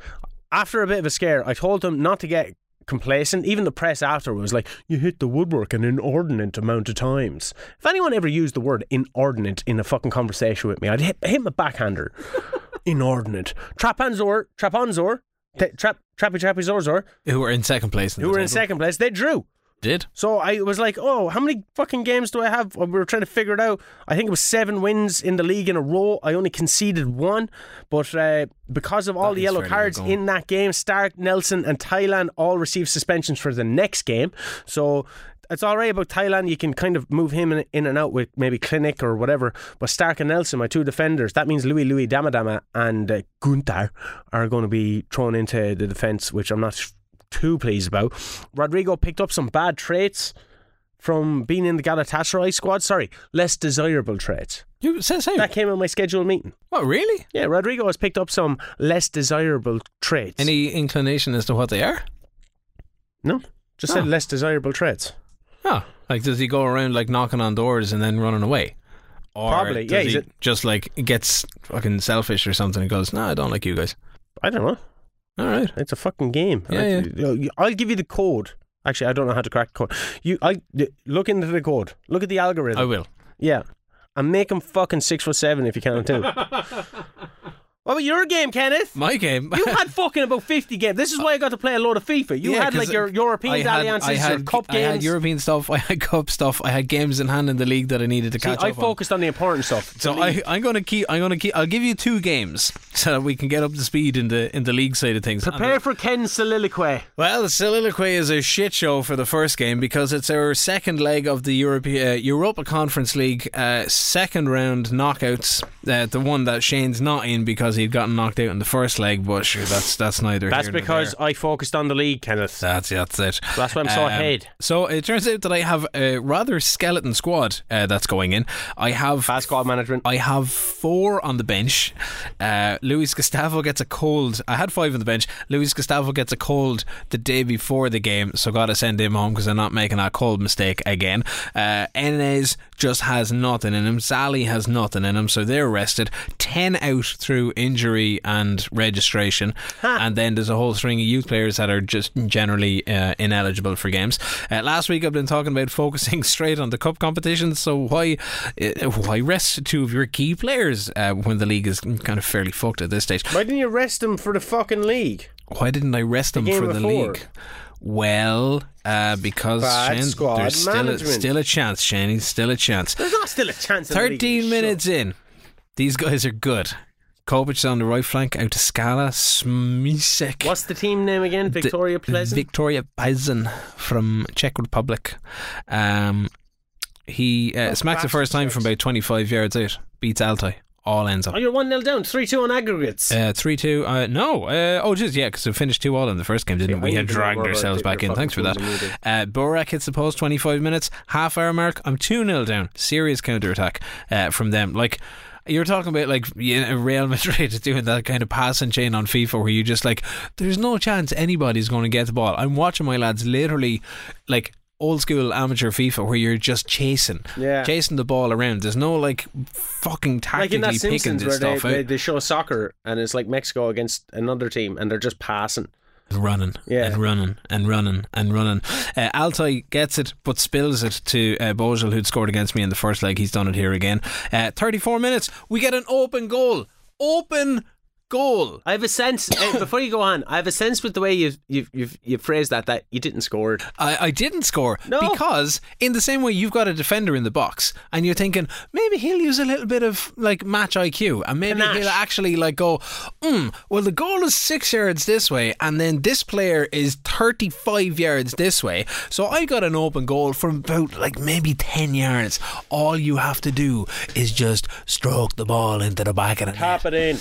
Speaker 3: After a bit of a scare, I told them not to get complacent. Even the press after was like, "You hit the woodwork an inordinate amount of times." If anyone ever used the word inordinate in a fucking conversation with me, I'd hit, hit my backhander. inordinate. Trapanzor, Trapanzor, t- Trap, Trappy Trapezorzor,
Speaker 2: Who were in second place? In
Speaker 3: who
Speaker 2: the
Speaker 3: were in
Speaker 2: table.
Speaker 3: second place, they drew.
Speaker 2: Did
Speaker 3: So I was like, oh, how many fucking games do I have? Uh, We were trying to figure it out. I think it was seven wins in the league in a row. I only conceded one, but uh, because of all
Speaker 2: That
Speaker 3: the
Speaker 2: is
Speaker 3: yellow
Speaker 2: fairly
Speaker 3: cards
Speaker 2: good going.
Speaker 3: in that game, Stark, Nelson, and Thailand all received suspensions for the next game. So. It's all right about Thailand. You can kind of move him in, in and out with maybe Clinic or whatever. But Stark and Nelson, my two defenders, that means Louis Louis Damadama and uh, Gunther are going to be thrown into the defence, which I'm not sh- too pleased about. Rodrigo picked up some bad traits from being in the Galatasaray squad. Sorry, less desirable traits.
Speaker 2: you says who?
Speaker 3: That came in my scheduled meeting.
Speaker 2: What really?
Speaker 3: Yeah, Rodrigo has picked up some less desirable traits.
Speaker 2: Any inclination as to what they are?
Speaker 3: no, just said
Speaker 2: Oh.
Speaker 3: less desirable traits.
Speaker 2: Oh, like does he go around like knocking on doors and then running away? Or
Speaker 3: Probably,
Speaker 2: does
Speaker 3: yeah,
Speaker 2: He
Speaker 3: he's a-
Speaker 2: just like gets fucking selfish or something and goes, "No, I don't like you guys."
Speaker 3: I don't know.
Speaker 2: All right.
Speaker 3: It's a fucking game.
Speaker 2: Yeah,
Speaker 3: I,
Speaker 2: yeah.
Speaker 3: you- I'll give you the code. Actually, I don't know how to crack the code. You, I look into the code. Look at the algorithm.
Speaker 2: I will.
Speaker 3: Yeah. And make him fucking six foot seven if you can too. what about your game, Kenneth?
Speaker 2: My game.
Speaker 3: You had fucking about 50 games. This is why I got to play a lot of FIFA. You
Speaker 2: Yeah,
Speaker 3: had like
Speaker 2: 'cause
Speaker 3: your European
Speaker 2: I had-
Speaker 3: alliances,
Speaker 2: I had,
Speaker 3: your cup
Speaker 2: I had
Speaker 3: games.
Speaker 2: European stuff. I had cup stuff. I had games in hand in the league that I needed to
Speaker 3: See,
Speaker 2: catch
Speaker 3: I
Speaker 2: up on.
Speaker 3: focused on. the important stuff.
Speaker 2: So I, I'm gonna keep. I'm gonna keep. I'll give you two games so that we can get up to speed in the in the league side of things. And
Speaker 3: Prepare for Ken's soliloquy.
Speaker 2: Well, soliloquy is a shit show for the first game because it's our second leg of the Europe, uh, Europa Conference League uh, second round knockouts. Uh, the one that Shane's not in because because he'd gotten knocked out in the first leg, but sure, that's that's neither.
Speaker 3: That's
Speaker 2: here nor
Speaker 3: because
Speaker 2: there.
Speaker 3: I focused on the league, Kenneth.
Speaker 2: That's that's it. Um,
Speaker 3: That's why I'm so ahead.
Speaker 2: So it turns out that I have a rather skeleton squad uh, that's going in. I have
Speaker 3: Bad squad management.
Speaker 2: I have four on the bench. Uh, Luis Gustavo gets a cold. I had five on the bench. Luis Gustavo gets a cold the day before the game, so got to send him home because I'm not making that cold mistake again. Uh, Enes just has nothing in him. Sally has nothing in him, so they're rested. 10 out through injury and registration. And then there's a whole string of youth players that are just generally uh, ineligible for games. Uh, last week I've been talking about focusing straight on the cup competition, so why uh, why rest two of your key players uh, when the league is kind of fairly fucked at this stage?
Speaker 3: Why didn't you arrest him for the fucking league?
Speaker 2: Why didn't I rest them
Speaker 3: game
Speaker 2: for the
Speaker 3: before.
Speaker 2: league? Well, uh, because
Speaker 3: Bad
Speaker 2: Shane,
Speaker 3: squad
Speaker 2: there's still a,
Speaker 3: management.
Speaker 2: still a chance, Shane. He's still a chance.
Speaker 3: There's not still a chance. in the league.
Speaker 2: 13 minutes in. These guys are good. Kovac on the right flank, out to Scala, Smisek.
Speaker 3: What's the team name again?
Speaker 2: the-
Speaker 3: Victoria Pleasant.
Speaker 2: Victoria Pleasant from Czech Republic. Um, he uh, smacks the first time from about 25 yards out, beats Altai, all ends up.
Speaker 3: oh, you're one 0 down, three two on aggregates.
Speaker 2: Uh, three two. Uh, no. Uh, oh, just yeah, because we finished two all in the first game, didn't
Speaker 3: Yeah, I
Speaker 2: we? We had
Speaker 3: didn't even
Speaker 2: dragged
Speaker 3: worry about
Speaker 2: ourselves
Speaker 3: it.
Speaker 2: back in.
Speaker 3: You're
Speaker 2: Thanks for that.
Speaker 3: fucking fooling
Speaker 2: Uh, Borak hits the post. Twenty five minutes, half hour mark. I'm two 0 down. Serious counter attack uh, from them. Like. You're talking about like you know, Real Madrid doing that kind of passing chain on FIFA where you just like, there's no chance anybody's going to get the ball. I'm watching my lads literally like old school amateur FIFA where you're just chasing,
Speaker 3: Yeah.
Speaker 2: chasing the ball around. There's no like fucking
Speaker 3: like
Speaker 2: tactically
Speaker 3: in that
Speaker 2: picking
Speaker 3: Simpsons
Speaker 2: this
Speaker 3: where they,
Speaker 2: stuff eh?
Speaker 3: they,
Speaker 2: out.
Speaker 3: they show soccer and it's like Mexico against another team and they're just passing.
Speaker 2: running
Speaker 3: Yeah.
Speaker 2: and running and running and running. Uh, Altai gets it but spills it to uh, Bozil, who'd scored against me in the first leg. He's done it here again. Uh, 34 minutes. We get an open goal. Open goal.
Speaker 3: I have a sense eh, before you go on. I have a sense with the way you've you've you've, you've phrased that that you didn't score it.
Speaker 2: I, I didn't score
Speaker 3: No.
Speaker 2: because in the same way you've got a defender in the box and you're thinking maybe he'll use a little bit of like match IQ and maybe
Speaker 3: Panache.
Speaker 2: he'll actually like go hmm well the goal is 6 yards this way and then this player is 35 yards this way so I got an open goal from about like maybe 10 yards all you have to do is just stroke the ball into the back of the net
Speaker 3: it in.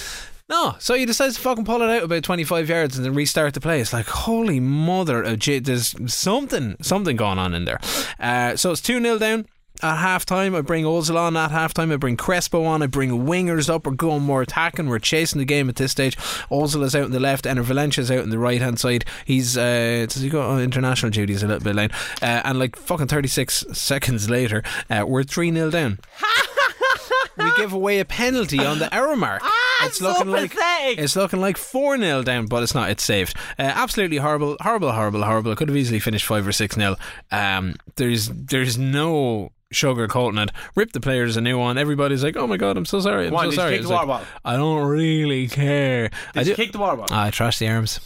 Speaker 2: no, so he decides to fucking pull it out about 25 yards and then restart the play. It's like, holy mother of J, there's something, something going on in there. Uh, so it's 2 0 down. At half time, I bring Ozil on. At half time, I bring Crespo on. I bring wingers up. We're going more attacking. We're chasing the game at this stage. Ozil is out in the left, and Valencia's out in the right hand side. He's, uh, does he go on international duties a little bit late? Uh, and like fucking 36 seconds later, uh, we're 3 0 down. we give away a penalty on the hour mark. it's
Speaker 3: Ah! so pathetic.
Speaker 2: it's looking like 4 0 down, but it's not. It's saved. Uh, absolutely horrible, horrible, horrible, horrible. It could have easily finished 5 or 6 0. Um, there's, there's no sugarcoating it. Rip the players a new one. Everybody's like, oh my god, I'm so sorry. I'm so
Speaker 3: Why, did you
Speaker 2: sorry.
Speaker 3: kick
Speaker 2: It's
Speaker 3: the
Speaker 2: like,
Speaker 3: water bottle?
Speaker 2: I don't really care. I
Speaker 3: Did you
Speaker 2: do- Ah,
Speaker 3: kick the water bottle?
Speaker 2: I trash the arms.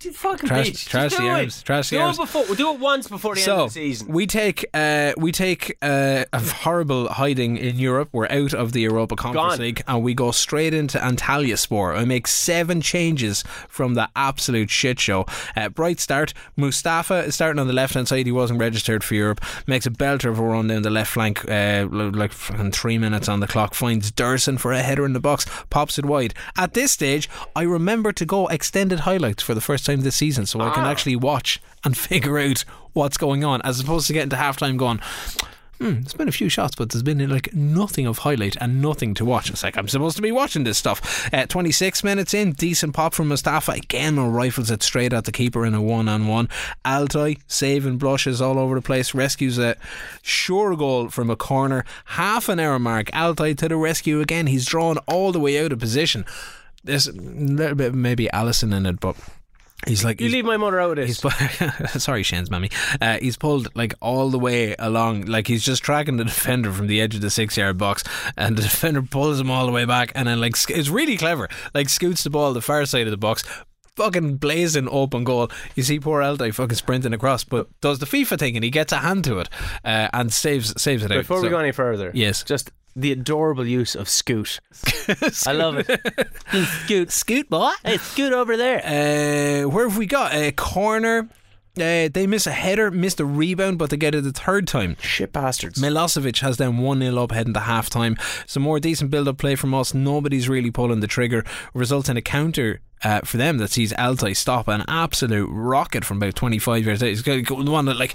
Speaker 3: You fucking
Speaker 2: Trash-
Speaker 3: bitch. Just
Speaker 2: trash the
Speaker 3: do it.
Speaker 2: arms, trash the
Speaker 3: do
Speaker 2: arms.
Speaker 3: It before, we'll do it once before the end
Speaker 2: so
Speaker 3: of the season.
Speaker 2: we take uh, we take uh, a horrible hiding in Europe. We're out of the Europa Conference
Speaker 3: Gone.
Speaker 2: League, and we go straight into Antalya Sport. I make seven changes from the absolute shit show. Uh, bright start. Mustafa is starting on the left hand side. He wasn't registered for Europe. Makes a belter of a run down the left flank, uh, lo- like fucking three minutes on the clock. Finds Durson for a header in the box. Pops it wide. At this stage, I remember to go extended highlights for the first time this season, so I can actually watch and figure out what's going on, as opposed to getting to halftime going. Hmm, there's been a few shots, but there's been like nothing of highlight and nothing to watch. It's like I'm supposed to be watching this stuff. Uh, 26 minutes in, decent pop from Mustafa again, or rifles it straight at the keeper in a one-on-one. Altai saving blushes all over the place, rescues a sure goal from a corner. Half an hour mark, Altai to the rescue again. He's drawn all the way out of position. There's a little bit maybe Allison in it, but he's like
Speaker 3: you
Speaker 2: he's-
Speaker 3: leave my mother out of
Speaker 2: He's
Speaker 3: this.
Speaker 2: pu- sorry, Shane's mammy. Uh, he's pulled like all the way along, like he's just tracking the defender from the edge of the six-yard box, and the defender pulls him all the way back, and then like sc- it's really clever, like scoots the ball the far side of the box. Fucking blazing open goal. You see poor Aldi fucking sprinting across, but does the FIFA thing and he gets a hand to it uh, and saves saves it out.
Speaker 3: Before we
Speaker 2: So-
Speaker 3: go any further,
Speaker 2: Yes.
Speaker 3: just the adorable use of scoot. I love it. scoot, scoot, boy. Hey, scoot over there.
Speaker 2: uh, where have we got a Uh, corner? Uh, they miss a header, miss the rebound, but they get it the third time.
Speaker 3: Shit bastards.
Speaker 2: Milosevic has them 1 0 up heading to half time. Some more decent build up play from us. Nobody's really pulling the trigger. Results in a counter. Uh, for them, that sees Altai stop an absolute rocket from about 25 yards out. He's got got the one that, like,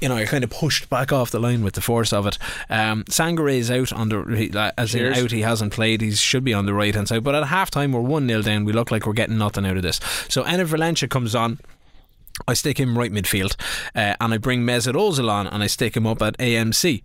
Speaker 2: you know, kind of pushed back off the line with the force of it. Um, Sangare is out on the, he- uh, as in
Speaker 3: Cheers.
Speaker 2: out, he hasn't played. He should be on the right hand side. But at half time, we're 1 0 down. We look like we're getting nothing out of this. So, Enna Valencia comes on. I stick him right midfield, uh, and I bring Mesut Ozil on, and I stick him up at AMC.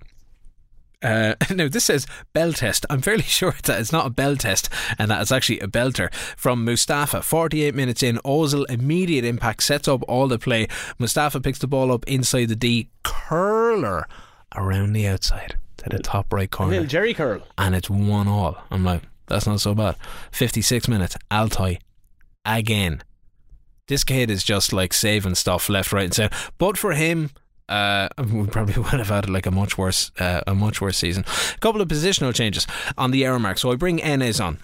Speaker 2: Uh, no, this says bell test. I'm fairly sure that it's not a bell test, and that it's actually a belter from Mustafa. 48 minutes in, Ozil immediate impact sets up all the play. Mustafa picks the ball up inside the D, curler around the outside to the top right corner
Speaker 3: Little Jerry curl.
Speaker 2: and it's one all. I'm like, that's not so bad. 56 minutes, Altoy again. This kid is just like saving stuff left, right, and center. But for him, uh, we probably would have had like a much worse, uh, a much worse season. A couple of positional changes on the error mark. So I bring Enes on.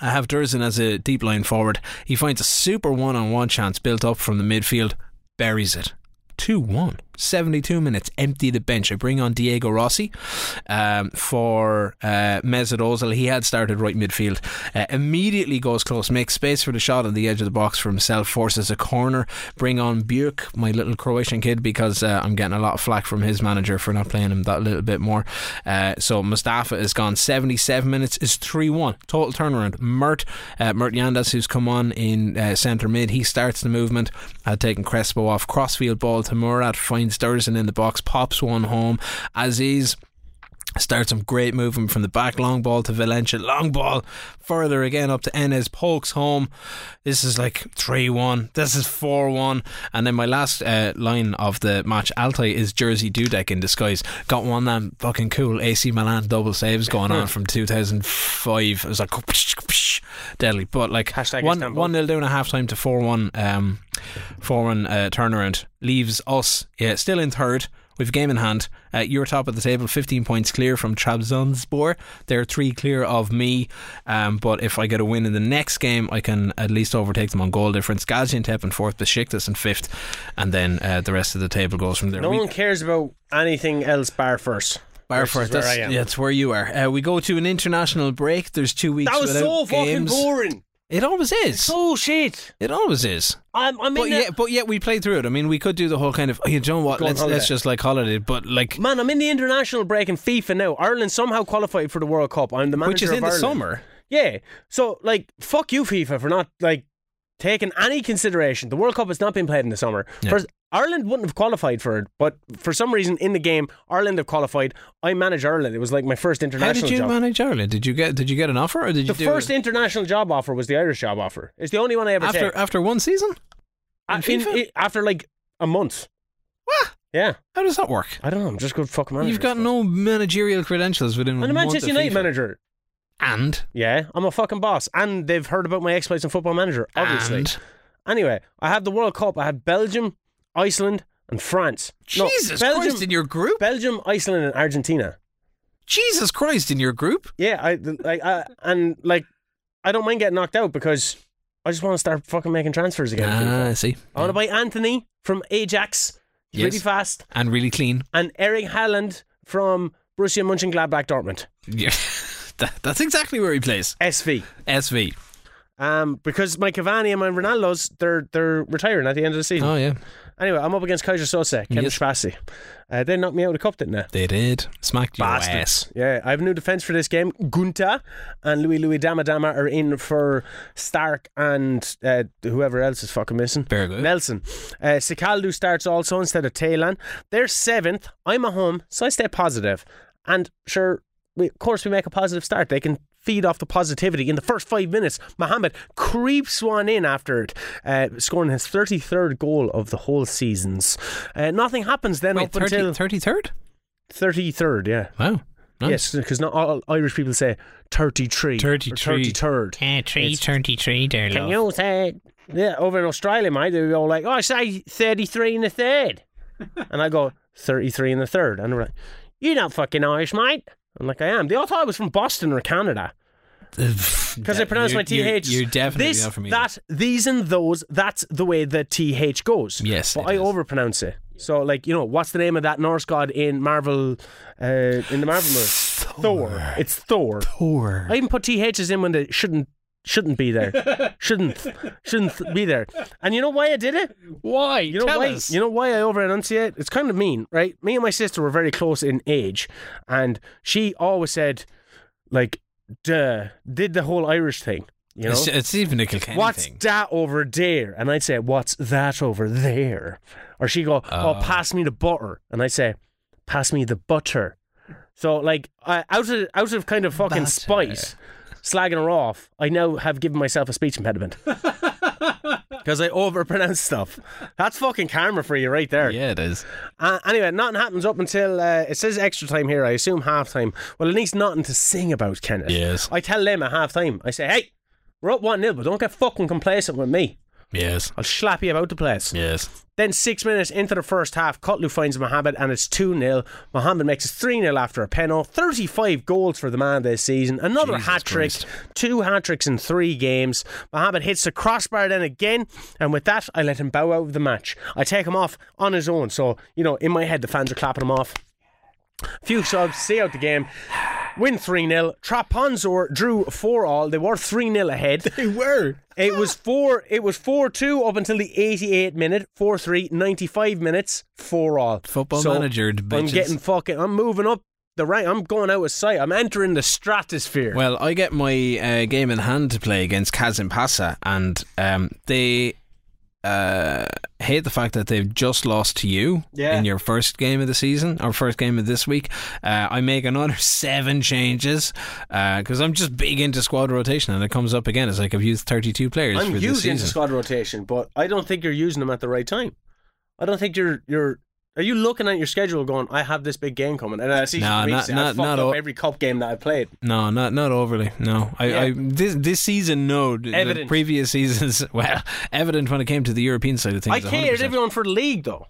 Speaker 2: I have Durzin as a deep line forward. He finds a super one on one chance built up from the midfield, buries it. 2 1. 72 minutes, empty the bench. I bring on Diego Rossi um, for uh, Mesut Ozil. He had started right midfield. Uh, immediately goes close, makes space for the shot on the edge of the box for himself, forces a corner. Bring on Buk, my little Croatian kid, because uh, I'm getting a lot of flack from his manager for not playing him that little bit more. Uh, so Mustafa is gone 77 minutes, is 3 1. Total turnaround. Mert, uh, Mert Yandas, who's come on in uh, centre mid, he starts the movement, had taken Crespo off. Crossfield ball to Murat, finds Durzin in the box, pops one home. Aziz. Starts some great movement from the back. Long ball to Valencia. Long ball further again up to Enes. Pokes home. This is like 3 1. This is 4 1. And then my last uh, line of the match, Altai, is Jersey Dudek in disguise. Got one of them fucking cool AC Milan double saves going on from 2005. It was like deadly. But like
Speaker 3: Hashtag
Speaker 2: one,
Speaker 3: Istanbul.
Speaker 2: one nil down at half time to 4 1 um, 4 1 uh, turnaround. Leaves us yeah, still in third. We've game in hand. Uh, you're top of the table, 15 points clear from Trabzonspor. They're three clear of me. Um, but if I get a win in the next game, I can at least overtake them on goal difference. Gaziantep in fourth, Besiktas in fifth, and then uh, the rest of the table goes from there.
Speaker 3: No
Speaker 2: We-
Speaker 3: one cares about anything else bar first.
Speaker 2: Bar
Speaker 3: Which
Speaker 2: for
Speaker 3: is
Speaker 2: it.
Speaker 3: where
Speaker 2: That's,
Speaker 3: I am.
Speaker 2: yeah, that's where you are. Uh, we go to an international break. There's two weeks.
Speaker 3: That was
Speaker 2: without
Speaker 3: so fucking
Speaker 2: games.
Speaker 3: boring.
Speaker 2: It always is.
Speaker 3: So shit.
Speaker 2: it always is.
Speaker 3: I'm, I'm
Speaker 2: But
Speaker 3: in
Speaker 2: yeah, but yet we played through it. I mean, we could do the whole kind of oh, you know what?
Speaker 3: Go on
Speaker 2: Let's let's
Speaker 3: holiday.
Speaker 2: just like holiday, but like
Speaker 3: the, man, I'm in the international break in FIFA now. Ireland somehow qualified for the World Cup. I'm the manager
Speaker 2: which is
Speaker 3: of
Speaker 2: in the
Speaker 3: Ireland.
Speaker 2: summer.
Speaker 3: Yeah. So like, fuck you, FIFA, for not like taking any consideration. The World Cup has not been played in the summer.
Speaker 2: Yeah.
Speaker 3: First, Ireland wouldn't have qualified for it, but for some reason in the game, Ireland have qualified. I manage Ireland. It was like my first
Speaker 2: How
Speaker 3: international
Speaker 2: did you
Speaker 3: job.
Speaker 2: manage Ireland? Did you get did you get an offer or did you
Speaker 3: the
Speaker 2: do
Speaker 3: first
Speaker 2: it
Speaker 3: international job offer was the Irish job offer. It's the only one I ever
Speaker 2: after
Speaker 3: took.
Speaker 2: after one season?
Speaker 3: Uh,
Speaker 2: in FIFA?
Speaker 3: i- after like a month.
Speaker 2: What?
Speaker 3: Yeah,
Speaker 2: How does that work?
Speaker 3: I don't know. I'm just a good fucking manager.
Speaker 2: You've got no managerial credentials within.
Speaker 3: I'm
Speaker 2: a
Speaker 3: the
Speaker 2: month
Speaker 3: Manchester
Speaker 2: of
Speaker 3: United
Speaker 2: FIFA.
Speaker 3: manager.
Speaker 2: and
Speaker 3: Yeah, I'm a fucking boss, and they've heard about my exploits in Football Manager, obviously.
Speaker 2: And?
Speaker 3: Anyway, I had the World Cup. I had Belgium, Iceland, and France. No,
Speaker 2: Jesus
Speaker 3: Belgium,
Speaker 2: Christ in your group.
Speaker 3: Belgium, Iceland, and Argentina.
Speaker 2: Jesus Christ in your group.
Speaker 3: Yeah, I like, I, and like, I don't mind getting knocked out because I just want to start fucking making transfers again.
Speaker 2: Ah, I see.
Speaker 3: I want to buy Anthony from Ajax. He's
Speaker 2: Yes.
Speaker 3: really fast.
Speaker 2: And really clean.
Speaker 3: and Eric Haaland from Borussia Mönchengladbach Dortmund
Speaker 2: Yeah. That- that's exactly where he plays.
Speaker 3: SV
Speaker 2: SV.
Speaker 3: um, because my Cavani and my Ronaldo's they're they're retiring at the end of the season
Speaker 2: Oh yeah,
Speaker 3: anyway I'm up against Kaiser Sosa Kevin
Speaker 2: Yes.
Speaker 3: Spasi uh, they knocked me out of the cup didn't they
Speaker 2: they did. Smacked your ass.
Speaker 3: Bastards. Yeah, I have a new defence for this game. Gunta and Louis Louis Dama Dama are in for Stark and uh, whoever else is fucking missing.
Speaker 2: Very good.
Speaker 3: Nelson. Uh, Sicaldo starts also instead of Talan. They're seventh. I'm a home, so I stay positive. And sure, we, of course, we make a positive start. They can feed off the positivity in the first five minutes. Mohamed creeps one in after it, uh, scoring his 33rd goal of the whole seasons. Uh, nothing happens then
Speaker 2: Wait,
Speaker 3: up until
Speaker 2: 30, 33rd?
Speaker 3: 33rd, yeah.
Speaker 2: Wow. Nice.
Speaker 3: Yes, because not all Irish people say 33.
Speaker 2: 33.
Speaker 3: 33rd.
Speaker 5: Uh, tree, turnty tree, there,
Speaker 3: Can you say it? Yeah, over in Australia, mate, they were all like, oh, I say 33 and a third. and I go, 33 and a third. And they're like, you're not fucking Irish, mate. I'm like, I am. They all thought I was from Boston or Canada. because I pronounce
Speaker 2: You're-
Speaker 3: my
Speaker 2: you're-
Speaker 3: th.
Speaker 2: you're definitely
Speaker 3: this,
Speaker 2: not from Egypt.
Speaker 3: that, these, and those. That's the way the th goes.
Speaker 2: Yes,
Speaker 3: but
Speaker 2: it
Speaker 3: I
Speaker 2: is.
Speaker 3: overpronounce it. So, like, you know, what's the name of that Norse god in Marvel? Uh, in the Marvel movie, Thor. It's Thor.
Speaker 2: Poor.
Speaker 3: I even put THs in when they shouldn't shouldn't be there. shouldn't shouldn't be there. And you know why I did it?
Speaker 2: Why?
Speaker 3: You know
Speaker 2: Tell
Speaker 3: why?
Speaker 2: us.
Speaker 3: You know why I over enunciate? It's kind of mean, right? Me and my sister were very close in age, and she always said, like, "Duh," did the whole Irish thing. You know,
Speaker 2: it's, it's even a Kilkenny
Speaker 3: what's
Speaker 2: thing.
Speaker 3: that over there? And I'd say, what's that over there? Or she go, oh,
Speaker 2: Oh.
Speaker 3: pass me the butter, and I say, pass me the butter. So like, I out of out of kind of fucking
Speaker 2: Butter.
Speaker 3: spite, slagging her off, I now have given myself a speech impediment. Because I overpronounce stuff. That's fucking karma for you right there.
Speaker 2: yeah, it is.
Speaker 3: Uh, anyway, nothing happens up until uh, it says extra time here. I assume half time. Well, at least nothing to sing about, Kenneth.
Speaker 2: Yes.
Speaker 3: I tell them at half time. I say, hey, we're up 1 0, but don't get fucking complacent with me.
Speaker 2: Yes.
Speaker 3: I'll slap you about the place.
Speaker 2: Yes.
Speaker 3: Then six minutes into the first half, Kotlu finds Mohamed and it's 2 0. Mohamed makes it 3 0 after a penalty. 35 goals for the man this season. Another
Speaker 2: Jesus
Speaker 3: hat trick.
Speaker 2: Christ.
Speaker 3: Two hat tricks in three games. Mohamed hits the crossbar then again. And with that, I let him bow out of the match. I take him off on his own. So, you know, in my head, the fans are clapping him off. Few subs, see out the game. Win 3 0. Traponzor drew 4 all. They were 3 0 ahead.
Speaker 2: They were.
Speaker 3: It was four. It was four two up until the eighty eight minute, four three, 95 minutes, four all.
Speaker 2: Football
Speaker 3: So
Speaker 2: manager,
Speaker 3: I'm
Speaker 2: bitches.
Speaker 3: getting fucking. I'm moving up the rank. I'm going out of sight. I'm entering the stratosphere.
Speaker 2: Well, I get my uh, game in hand to play against Kazim Pasa, and um, they uh, hate the fact that they've just lost to you
Speaker 3: Yeah.
Speaker 2: in your first game of the season or first game of this week. Uh, I make another seven changes because I'm just big into squad rotation, and it comes up again. It's like I've used 32 players
Speaker 3: I'm
Speaker 2: for this
Speaker 3: huge
Speaker 2: season.
Speaker 3: into squad rotation, but I don't think you're using them at the right time. I don't think you're you're. Are you looking at your schedule going? I have this big game coming, and I see
Speaker 2: No,
Speaker 3: you
Speaker 2: not-
Speaker 3: say, I
Speaker 2: not-
Speaker 3: fucked
Speaker 2: not
Speaker 3: up
Speaker 2: all-
Speaker 3: every cup game that I played.
Speaker 2: No, not not overly. No, I,
Speaker 3: Yeah.
Speaker 2: I this this season no. The- The
Speaker 3: Evident.
Speaker 2: previous seasons, well, evident when it came to the European side of things.
Speaker 3: I catered
Speaker 2: 100%.
Speaker 3: everyone for the league though.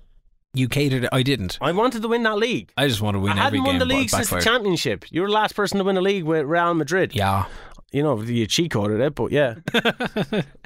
Speaker 2: You catered. I didn't.
Speaker 3: I wanted to win that league.
Speaker 2: I just want to win
Speaker 3: I
Speaker 2: every
Speaker 3: hadn't won
Speaker 2: game.
Speaker 3: the
Speaker 2: but it
Speaker 3: league since the
Speaker 2: backfired.
Speaker 3: championship. You were the last person to win a league with Real Madrid.
Speaker 2: Yeah.
Speaker 3: you know, you cheat coded it, but yeah.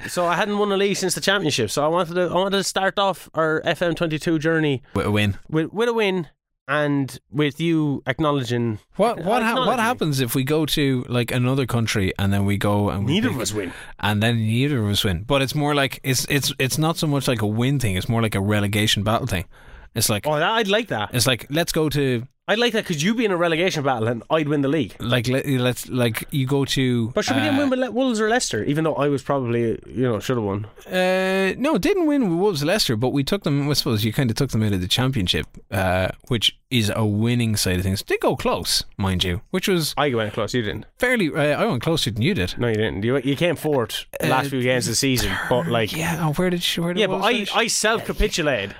Speaker 3: so I hadn't won a league since the championship. So I wanted to, I wanted to start off our FM22 journey
Speaker 2: With a win.
Speaker 3: with with a win and with you acknowledging
Speaker 2: What what ha-
Speaker 3: Acknowledge
Speaker 2: what
Speaker 3: me.
Speaker 2: happens if we go to like another country and then we go and we pick-
Speaker 3: win.
Speaker 2: and then neither of us win? But it's more like it's it's it's not so much like a win thing. It's more like a relegation battle thing. It's like
Speaker 3: Oh, that, I'd like that.
Speaker 2: it's like let's go to
Speaker 3: I'd like that because you'd be in a relegation battle and I'd win the league.
Speaker 2: like let, let's like you go to.
Speaker 3: But should we
Speaker 2: uh,
Speaker 3: didn't win with Le- Wolves or Leicester? Even though I was probably, you know, should have won.
Speaker 2: Uh, no, didn't win with Wolves Leicester, but we took them. I suppose you kind of took them out of the championship, uh, which is a winning side of things. Did go close, mind you, which was
Speaker 3: I went close. You didn't.
Speaker 2: fairly. Uh, I went closer than you did.
Speaker 3: No, you didn't. You, you came fourth the last
Speaker 2: Uh,
Speaker 3: few games of the season, but like, yeah,
Speaker 2: Yeah, oh, where did she? Where did
Speaker 3: but
Speaker 2: Wolves
Speaker 3: I,
Speaker 2: finish?
Speaker 3: I self capitulated.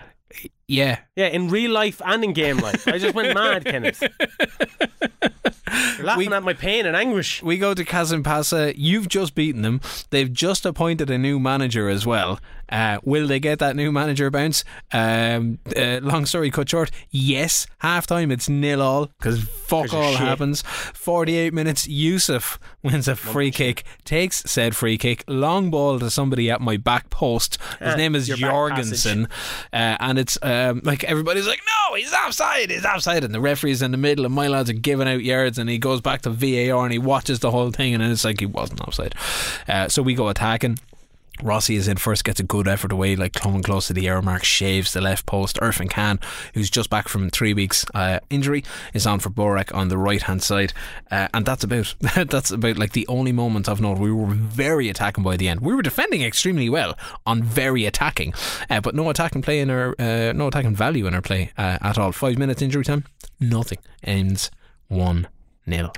Speaker 2: yeah,
Speaker 3: Yeah, in real life and in game life. I just went mad, Kenneth. You're laughing
Speaker 2: We-
Speaker 3: at my pain and anguish.
Speaker 2: we go to Kazan Pasa. You've just beaten them. They've just appointed a new manager as well. Uh, will they get that new manager bounce? Um, uh, long story cut short, yes. Half time, it's nil all because fuck
Speaker 3: 'Cause of
Speaker 2: all
Speaker 3: shit.
Speaker 2: happens. 48 minutes, Yusuf wins a free kick, takes said free kick, long ball to somebody at my back post. His
Speaker 3: Ah,
Speaker 2: name is
Speaker 3: your back
Speaker 2: Jorgensen. Uh, and it's um, like everybody's like, no, he's offside, he's offside. And the referee's in the middle, and my lads are giving out yards. And he goes back to VAR and he watches the whole thing, and then it's like he wasn't offside. Uh, so we go attacking. Rossi is in first, gets a good effort away, like coming close to the error mark, shaves the left post. Irfan Khan, who's just back from three weeks uh, injury, is on for Borek on the right hand side, uh, and that's about that's about like the only moment I've noted. We were very attacking by the end. We were defending extremely well on very attacking, uh, but no attacking play in our uh, no attacking value in our play uh, at all. Five minutes injury time, nothing ends one 0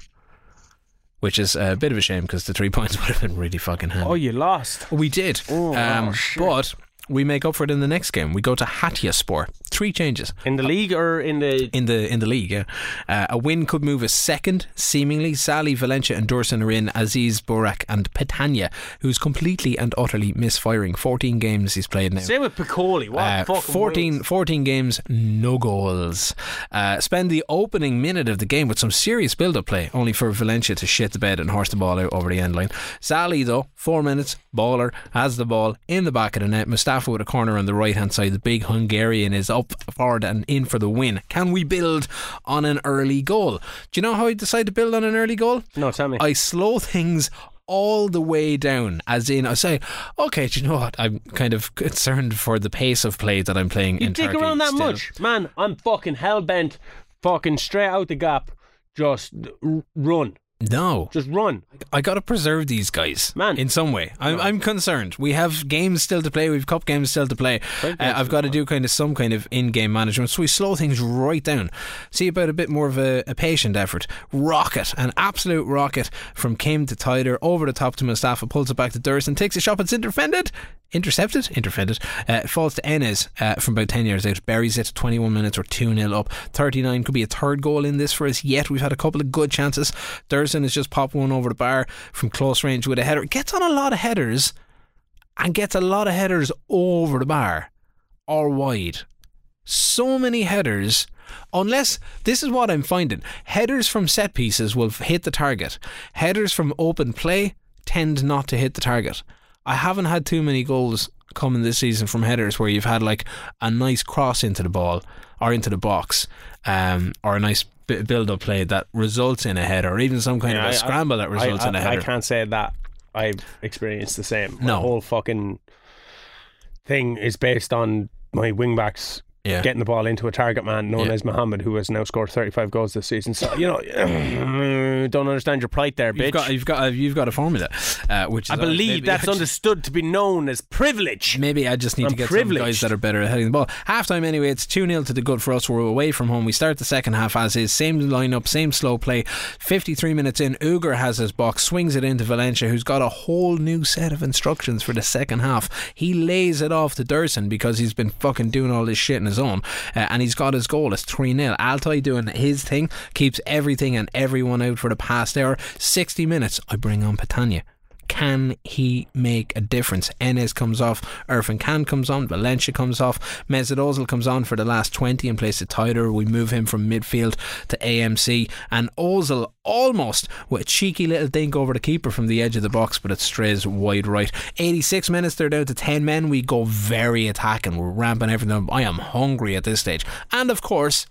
Speaker 2: which is a bit of a shame because the three points would have been really fucking handy.
Speaker 3: you lost.
Speaker 2: We did. Um,
Speaker 3: Oh, wow,
Speaker 2: but we make up for it in the next game. We go to Hatyaspor. three changes
Speaker 3: in the league or in the
Speaker 2: in the in the league. Yeah. Uh, a win could move us second, seemingly. Sally, Valencia, and Dorson are in. Aziz, Borak, and Petania, who's completely and utterly misfiring. 14 games he's played now.
Speaker 3: same with Piccoli. What
Speaker 2: Uh,
Speaker 3: fucking
Speaker 2: 14,
Speaker 3: wings.
Speaker 2: 14 games, no goals. Uh, spend the opening minute of the game with some serious build up play, only for Valencia to shit the bed and horse the ball out over the end line. Sally, though, four minutes, baller, has the ball in the back of the net. Mustafa with a corner on the right hand side. The big Hungarian is up forward and in for the win. Can we build on an early goal? Do you know how I decide to build on an early goal?
Speaker 3: No, tell me.
Speaker 2: I slow things all the way down, as in I say, okay, do you know what? I'm kind of concerned for the pace of play that I'm playing.
Speaker 3: you
Speaker 2: in
Speaker 3: dig
Speaker 2: Turkey
Speaker 3: around that
Speaker 2: still.
Speaker 3: much, man. I'm fucking hell bent, fucking straight out the gap. Just r- run,
Speaker 2: No,
Speaker 3: just run.
Speaker 2: I gotta preserve these guys,
Speaker 3: Man.
Speaker 2: In some way, I'm, I'm concerned. We have games still to play. We've cup games still to play. Uh, I've got to do kind of some kind of in-game management. So we slow things right down. See about a bit more of a, a patient effort. Rocket, an absolute rocket from Kim to Tyder over the top to Mustafa, pulls it back to Durst takes a shot. It's interfended, intercepted, interfended. Uh, it falls to Ennis uh, from about ten yards out. Buries it. Twenty-one minutes or two 0 up. Thirty-nine could be a third goal in this for us. Yet we've had a couple of good chances. Durst has just popped one over the bar from close range with a header. Gets on a lot of headers and gets a lot of headers over the bar or wide. So many headers. Unless this is what I'm finding headers from set pieces will f- hit the target, headers from open play tend not to hit the target. I haven't had too many goals coming this season from headers where you've had like a nice cross into the ball or into the box um, or a nice b- build up play that results in a header or even some kind
Speaker 3: Yeah,
Speaker 2: of a scramble that results
Speaker 3: I,
Speaker 2: in a
Speaker 3: I-
Speaker 2: header.
Speaker 3: I can't say that I've experienced the same.
Speaker 2: No.
Speaker 3: The whole fucking thing is based on my wingbacks
Speaker 2: Yeah.
Speaker 3: getting the ball into a target man known
Speaker 2: Yeah.
Speaker 3: as Mohammed, who has now scored 35 goals this season. So, you know, don't understand your plight there, bitch.
Speaker 2: You've got, you've got, a, you've got a formula, uh, which
Speaker 3: I
Speaker 2: is-
Speaker 3: believe
Speaker 2: maybe-
Speaker 3: that's understood to be known as privilege.
Speaker 2: Maybe I just need to
Speaker 3: I'm
Speaker 2: get
Speaker 3: privileged.
Speaker 2: some guys that are better at heading the ball. Half time anyway, it's 2 0 to the good for us. We're away from home. We start the second half as is. Same lineup, same slow play. 53 minutes in, Uger has his box, swings it into Valencia, who's got a whole new set of instructions for the second half. He lays it off to Durson because he's been fucking doing all this shit in his own. Uh, and he's got his goal. It's 3 0. Altai doing his thing, keeps everything and everyone out for the past hour. 60 minutes, I bring on Patania. Can he make a difference? Enes comes off, Irfan Khan comes on, Valencia comes off, Mesut Ozil comes on for the last 20 in place of Tyder. We move him from midfield to AMC, and Ozil almost with a cheeky little dink over the keeper from the edge of the box, but it strays wide right. 86 minutes, they're down to 10 men. We go very attacking, we're ramping everything up. I am hungry at this stage. And of course,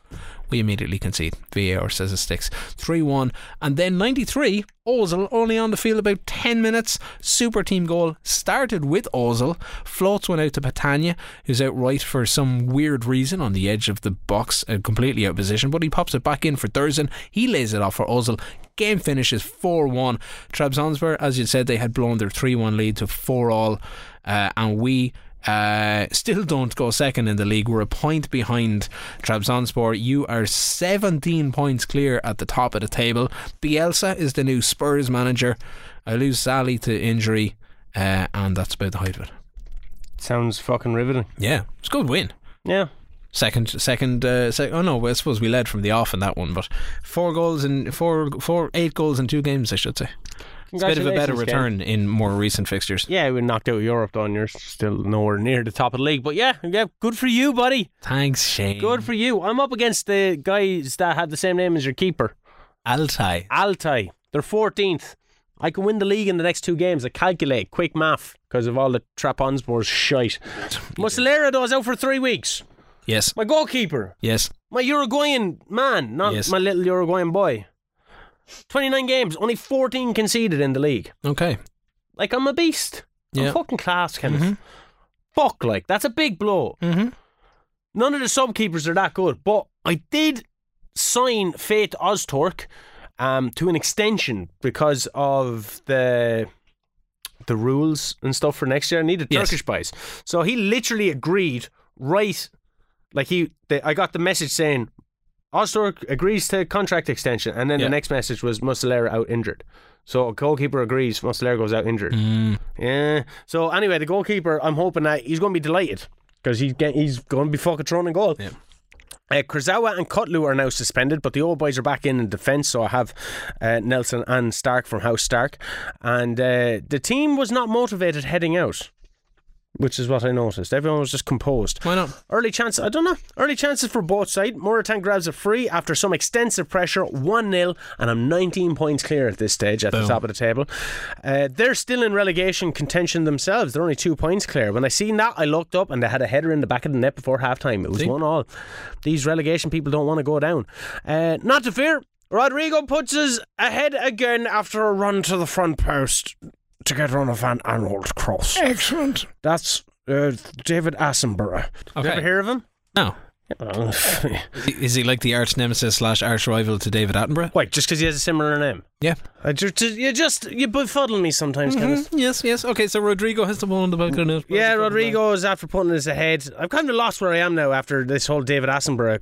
Speaker 2: we immediately concede. VAR says it sticks. 3 1. And then 93, Ozil only on the field about 10 minutes. Super team goal started with Ozil. Floats one out to Patania, who's out right for some weird reason on the edge of the box, uh, completely out of position. But he pops it back in for Thurston. He lays it off for Ozil. Game finishes 4 1. Trabzonspor, as you said, they had blown their 3 1 lead to 4 all. Uh, and we uh, still don't go second in the league. We're a point behind Trabzonspor. You are 17 points clear at the top of the table. Bielsa is the new Spurs manager. I lose Sally to injury, uh, and that's about the height of it.
Speaker 3: Sounds fucking riveting.
Speaker 2: Yeah, it's a good win.
Speaker 3: Yeah.
Speaker 2: Second, second, uh, sec- oh no! I suppose we led from the off in that one, but four goals and four, four, eight goals in two games, I should say. It's a bit of a better
Speaker 3: Congratulations, Ken.
Speaker 2: return in more recent fixtures.
Speaker 3: Yeah, we knocked out of Europe, though, and you're still nowhere near the top of the league. But yeah, yeah, good for you, buddy.
Speaker 2: Thanks, Shane.
Speaker 3: Good for you. I'm up against the guys that had the same name as your keeper,
Speaker 2: Altai.
Speaker 3: Altai. They're 14th. I can win the league in the next two games. I calculate quick math because of all the Traponspors shite. Muslera though is out for three weeks.
Speaker 2: Yes,
Speaker 3: My goalkeeper,
Speaker 2: yes.
Speaker 3: my Uruguayan man, not
Speaker 2: Yes.
Speaker 3: my little Uruguayan boy. 29 games, only 14 conceded in the league.
Speaker 2: Okay.
Speaker 3: Like I'm a beast.
Speaker 2: Yeah.
Speaker 3: I'm fucking class, Kenneth. Fuck, like that's a big blow.
Speaker 2: Mm-hmm.
Speaker 3: None of the sub keepers are that good, but I did sign Faith Oztork um, to an extension because of the the rules and stuff for next year. I needed
Speaker 2: Yes.
Speaker 3: Turkish buys, so he literally agreed right. Like he, the, I got the message saying Oztork agrees to contract extension, and then
Speaker 2: Yeah.
Speaker 3: the next message was Muslera out injured. So goalkeeper agrees,
Speaker 2: Hmm.
Speaker 3: Muslera goes out injured. Yeah. So anyway, the goalkeeper, I'm hoping that he's going to be delighted because he's get, he's going to be fucking thrown in goal. Uh, Kurzawa and Kotlu are now suspended, but the old boys are back in in defence. So I have uh, Nelson and Stark from House Stark, and uh, the team was not motivated heading out, which is what I noticed. Everyone was just composed.
Speaker 2: Why not?
Speaker 3: Early chance, I don't know. Early chances for both side. Moritan grabs a free after some extensive pressure, 1 0, and I'm 19 points clear at this stage at the top of the table. Uh, they're still in relegation contention themselves. They're only two points clear. When I seen that, I looked up and they had a header in the back of the net before half time. It was 1 all. These relegation people don't want to go down. Uh, not to fear, Rodrigo puts us ahead again after a run to the front post to get on a Van Arnold cross.
Speaker 2: Eh. Excellent.
Speaker 3: That's uh, David Attenborough. Did
Speaker 2: Okay.
Speaker 3: You ever hear of him?
Speaker 2: No.
Speaker 3: Wait,
Speaker 2: Is he like the arch nemesis slash arch rival to David Attenborough?
Speaker 3: just because he has a similar name?
Speaker 2: Yeah.
Speaker 3: I just, you just you befuddle me sometimes,
Speaker 2: Mm-hmm.
Speaker 3: Kenneth.
Speaker 2: Mm, Yes, yes. Okay, so Rodrigo has the ball in the back of the net.
Speaker 3: Yeah, Rodrigo is after putting us ahead. I've kind of lost where I am now after this whole David Attenborough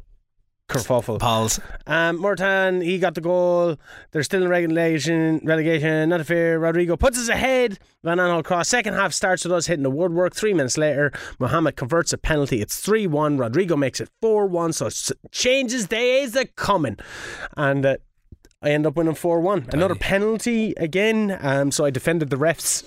Speaker 3: kerfuffle.
Speaker 2: Pals.
Speaker 3: Um, Mortan, he got the goal. They're still in relegation. Relegation, not a fear. Rodrigo puts us ahead. Van Aanholt cross. Second half starts with us hitting the woodwork. Three minutes later, Mohamed converts a penalty. It's three one. Rodrigo makes it four one. So s- changes days are coming, and. Uh, I end up winning 4 1. Another penalty again. Um, so I defended the refs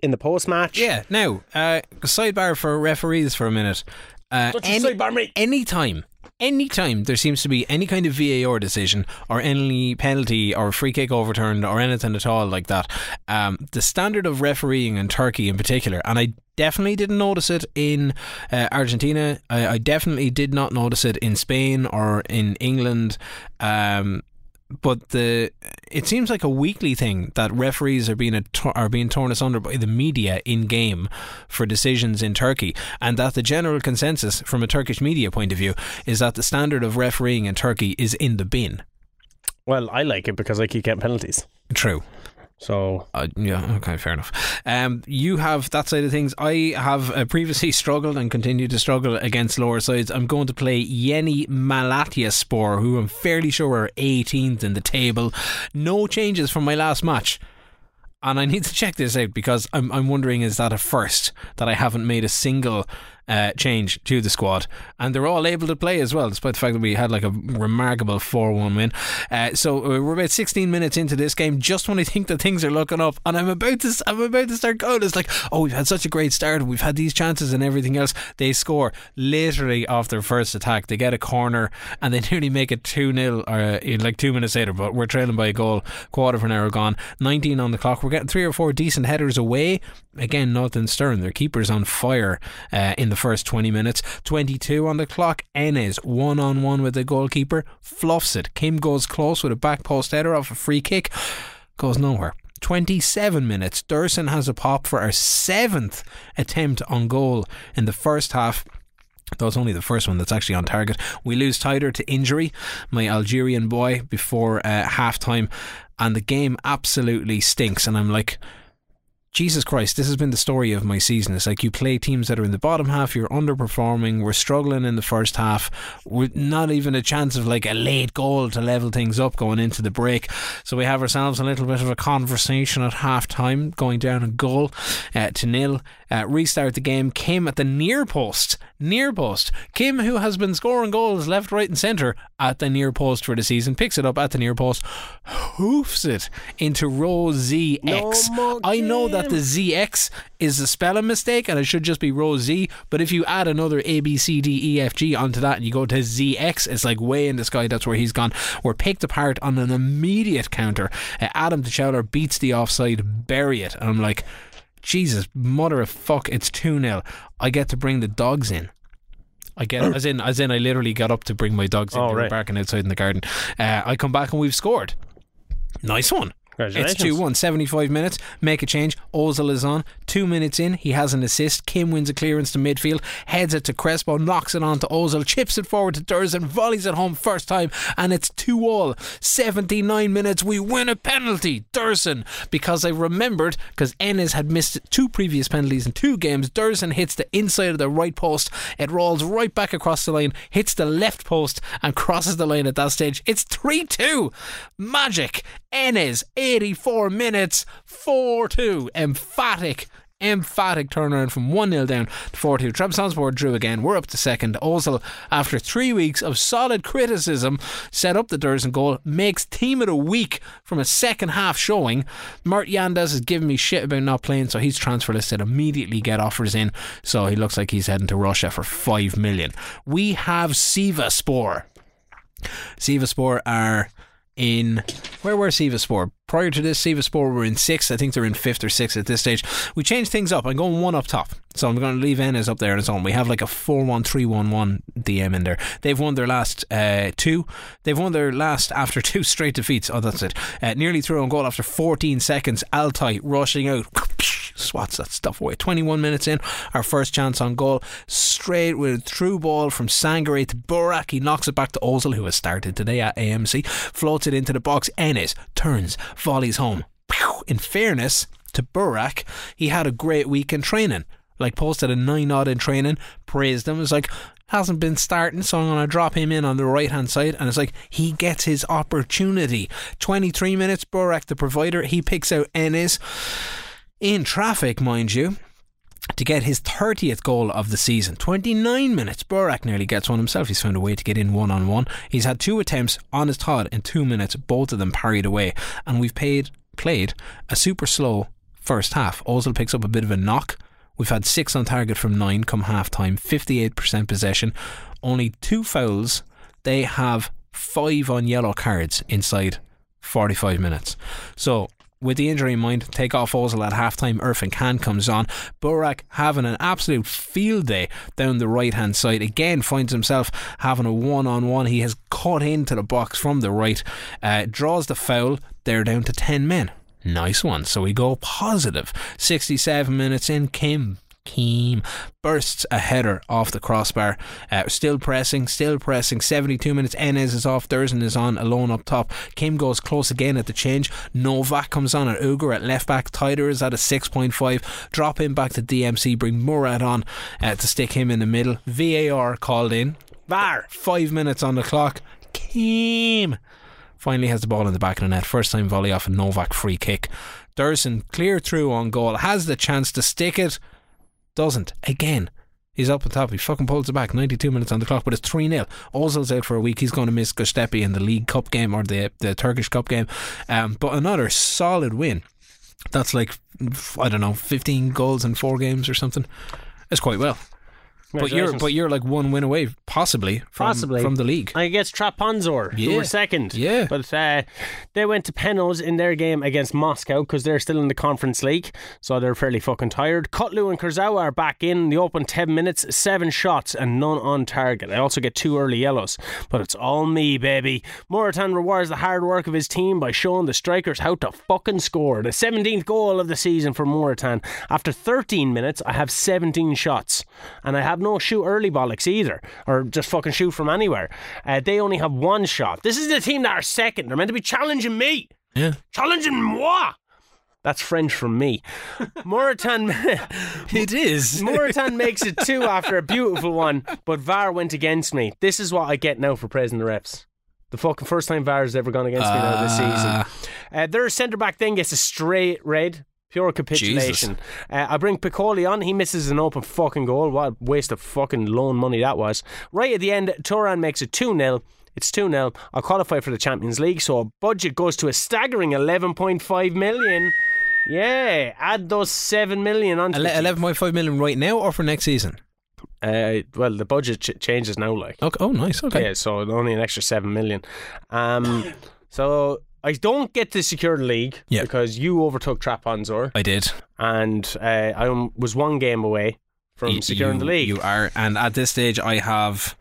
Speaker 3: in the post match.
Speaker 2: Yeah, now, uh, sidebar for referees for a minute. Uh,
Speaker 3: Don't you sidebar me.
Speaker 2: Anytime, anytime there seems to be any kind of VAR decision or any penalty or free kick overturned or anything at all like that, um, the standard of refereeing in Turkey in particular, and I definitely didn't notice it in uh, Argentina, I, I definitely did not notice it in Spain or in England. Um, but the it seems like a weekly thing that referees are being a, are being torn asunder by the media in game for decisions in Turkey, and that the general consensus from a Turkish media point of view is that the standard of refereeing in Turkey is in the bin.
Speaker 3: Well, I like it because I keep getting penalties.
Speaker 2: True.
Speaker 3: So
Speaker 2: Uh, yeah. Okay. Fair enough. Um, you have that side of things. I have uh, previously struggled and continue to struggle against lower sides. I'm going to play Yeni Malatyaspor, who I'm fairly sure are 18th in the table. No changes from my last match. And I need to check this out because I'm, I'm wondering is that a first that I haven't made a single uh, change to the squad? And they're all able to play as well, despite the fact that we had like a remarkable 4 1 win. Uh, so uh, we're about 16 minutes into this game, just when I think that things are looking up, and I'm about to s- I'm about to start going. It's like, oh, we've had such a great start, we've had these chances and everything else. They score literally off their first attack. They get a corner and they nearly make it 2 0 uh, in like two minutes later, but we're trailing by a goal. Quarter of an hour gone, 19 on the clock. We're getting three or four decent headers away. Again, nothing stern. Their keeper's on fire uh, in the first 20 minutes. 22 on the clock. Enes, one on one with the goalkeeper, fluffs it. Kim goes close with a back post header off a free kick goes nowhere. 27 minutes. Durson has a pop for our seventh attempt on goal in the first half. That was only the first one that's actually on target. We lose Tider to injury, my Algerian boy, before uh, half time, and the game absolutely stinks. And I'm like, Jesus Christ, this has been the story of my season. It's like you play teams that are in the bottom half, you're underperforming, we're struggling in the first half, with not even a chance of like a late goal to level things up going into the break. So we have ourselves a little bit of a conversation at half time, going down a goal uh, to nil. Uh, restart the game, Kim at the near post, near post. Kim, who has been scoring goals left, right, and centre at the near post for the season, picks it up at the near post, hoofs it into row ZX.
Speaker 3: more
Speaker 2: I know that the ZX is a spelling mistake and it should just be row Z, but if you add another A, B, C, D, E, F, G onto that and you go to ZX, it's like way in the sky. That's where he's gone. We're picked apart on an immediate counter. Uh, Adam T'Chowler beats the offside, bury it. And I'm like, Jesus, mother of fuck, it's 2 0. I get to bring the dogs in. I get as in as in I literally got up to bring my dogs in.
Speaker 3: Oh,
Speaker 2: They were
Speaker 3: right.
Speaker 2: barking outside in the garden. Uh, I come back and we've scored. Nice one. It's
Speaker 3: Congratulations.
Speaker 2: 2 1, 75 minutes. Make a change. Ozil is on. Two minutes in, he has an assist. Kim wins a clearance to midfield, heads it to Crespo, knocks it on to Ozil, chips it forward to Durzan, volleys it home first time, and it's 2 all. 79 minutes. We win a penalty. Durzan, because I remembered, because Ennis had missed two previous penalties in two games. Durzan hits the inside of the right post. It rolls right back across the line, hits the left post, and crosses the line at that stage. It's 3 2. Magic. Enes, 84 minutes, 4 2. Emphatic. emphatic turnaround from 1 0 down to 4 2. Trabzonspor drew again. We're up to second. Ozil, after three weeks of solid criticism, set up the Dursen goal, makes team of the week from a second half showing. Mert Yandes is giving me shit about not playing, so he's transfer listed immediately, get offers in. So he looks like he's heading to Russia for 5 million. We have Sivaspor. Sivaspor are in where were Sivaspor? Prior to this, Sivaspor were in sixth. I think they're in fifth or sixth at this stage. We changed things up. I'm going one up top. So I'm going to leave Enes up there on his own. We have like a 4 1 3 1 1 DM in there. They've won their last uh, two. They've won their last after two straight defeats. Oh, that's it. Uh, nearly through on goal after 14 seconds. Altai rushing out. Swats that stuff away. 21 minutes in, our first chance on goal. Straight with a through ball from Sangare to Burak. He knocks it back to Ozil, who has started today at AMC. Floats it into the box. Ennis turns, volleys home. Pew! In fairness to Burak, he had a great week in training. Like posted a nine odd in training, praised him. It's like hasn't been starting, so I'm gonna drop him in on the right hand side. And it's like he gets his opportunity. 23 minutes. Burak, the provider, he picks out Ennis in traffic, mind you, to get his 30th goal of the season. 29 minutes. Burak nearly gets one himself. He's found a way to get in one on one. He's had two attempts on his Todd in two minutes, both of them parried away. And we've paid, played a super slow first half. Ozil picks up a bit of a knock. We've had six on target from nine come half time, 58% possession, only two fouls. They have five on yellow cards inside 45 minutes. So with the injury in mind, take off Ozil at halftime. Irfan Khan comes on. Burak having an absolute field day down the right hand side. Again, finds himself having a one on one. He has cut into the box from the right, uh, draws the foul. They're down to 10 men. Nice one. So we go positive. 67 minutes in, Kim Keem bursts a header off the crossbar. Uh, still pressing, still pressing. 72 minutes. Enez is off. Dursen is on alone up top. Kim goes close again at the change. Novak comes on at Ugar at left back. Tider is at a 6.5. Drop him back to DMC. Bring Murad on uh, to stick him in the middle. VAR called in.
Speaker 3: VAR.
Speaker 2: Five minutes on the clock. Kim finally has the ball in the back of the net. First time volley off a Novak free kick. Dursen clear through on goal. Has the chance to stick it doesn't. Again, he's up on top. He fucking pulls it back. 92 minutes on the clock, but it's 3 0. Ozil's out for a week. He's going to miss Gustepi in the League Cup game or the, the Turkish Cup game. Um, but another solid win. That's like, I don't know, 15 goals in four games or something. It's quite well. But you're
Speaker 3: Congratulations.
Speaker 2: but you're like one win away, possibly from,
Speaker 3: Possibly.
Speaker 2: from the league.
Speaker 3: I guess Trapanzor, who
Speaker 2: Yeah.
Speaker 3: were second.
Speaker 2: Yeah.
Speaker 3: But uh, they went to penalties in their game against Moscow because they're still in the Conference League, so they're fairly fucking tired. Kotlu and Kurzawa are back in the open 10 minutes, seven shots and none on target. I also get two early yellows, but it's all me, baby. Moritan rewards the hard work of his team by showing the strikers how to fucking score. The 17th goal of the season for Moritan. After 13 minutes, I have 17 shots, and I have no shoot early bollocks either, or just fucking shoot from anywhere. Uh, they only have one shot. This is the team that are second. They're meant to be challenging me,
Speaker 2: Yeah.
Speaker 3: challenging moi. That's French from me. Moritan,
Speaker 2: It is.
Speaker 3: Moritan makes it two after a beautiful one, but VAR went against me. This is what I get now for praising the refs. The fucking first time VAR has ever gone against me now this
Speaker 2: Ah.
Speaker 3: season. Uh, their centre back then gets a straight red. Pure capitulation. Uh, I bring Piccoli on. He misses an open fucking goal. What a waste of fucking loan money that was. Right at the end, Turan makes it 2 0. It's 2 0. I qualify for the Champions League, so our budget goes to a staggering 11.5 million. Yeah, add those 7 million onto the-
Speaker 2: Eleven point five million right now, or for next season?
Speaker 3: uh, well, the budget ch- changes now, like
Speaker 2: Okay. Oh, nice. Okay.
Speaker 3: yeah, so only an extra seven million. Um, so I don't get to secure the league
Speaker 2: Yeah.
Speaker 3: because you overtook Trapanzor,
Speaker 2: I did.
Speaker 3: and uh, I um, was one game away from
Speaker 2: Y-
Speaker 3: securing
Speaker 2: you-
Speaker 3: the league.
Speaker 2: You are, and at this stage, I have.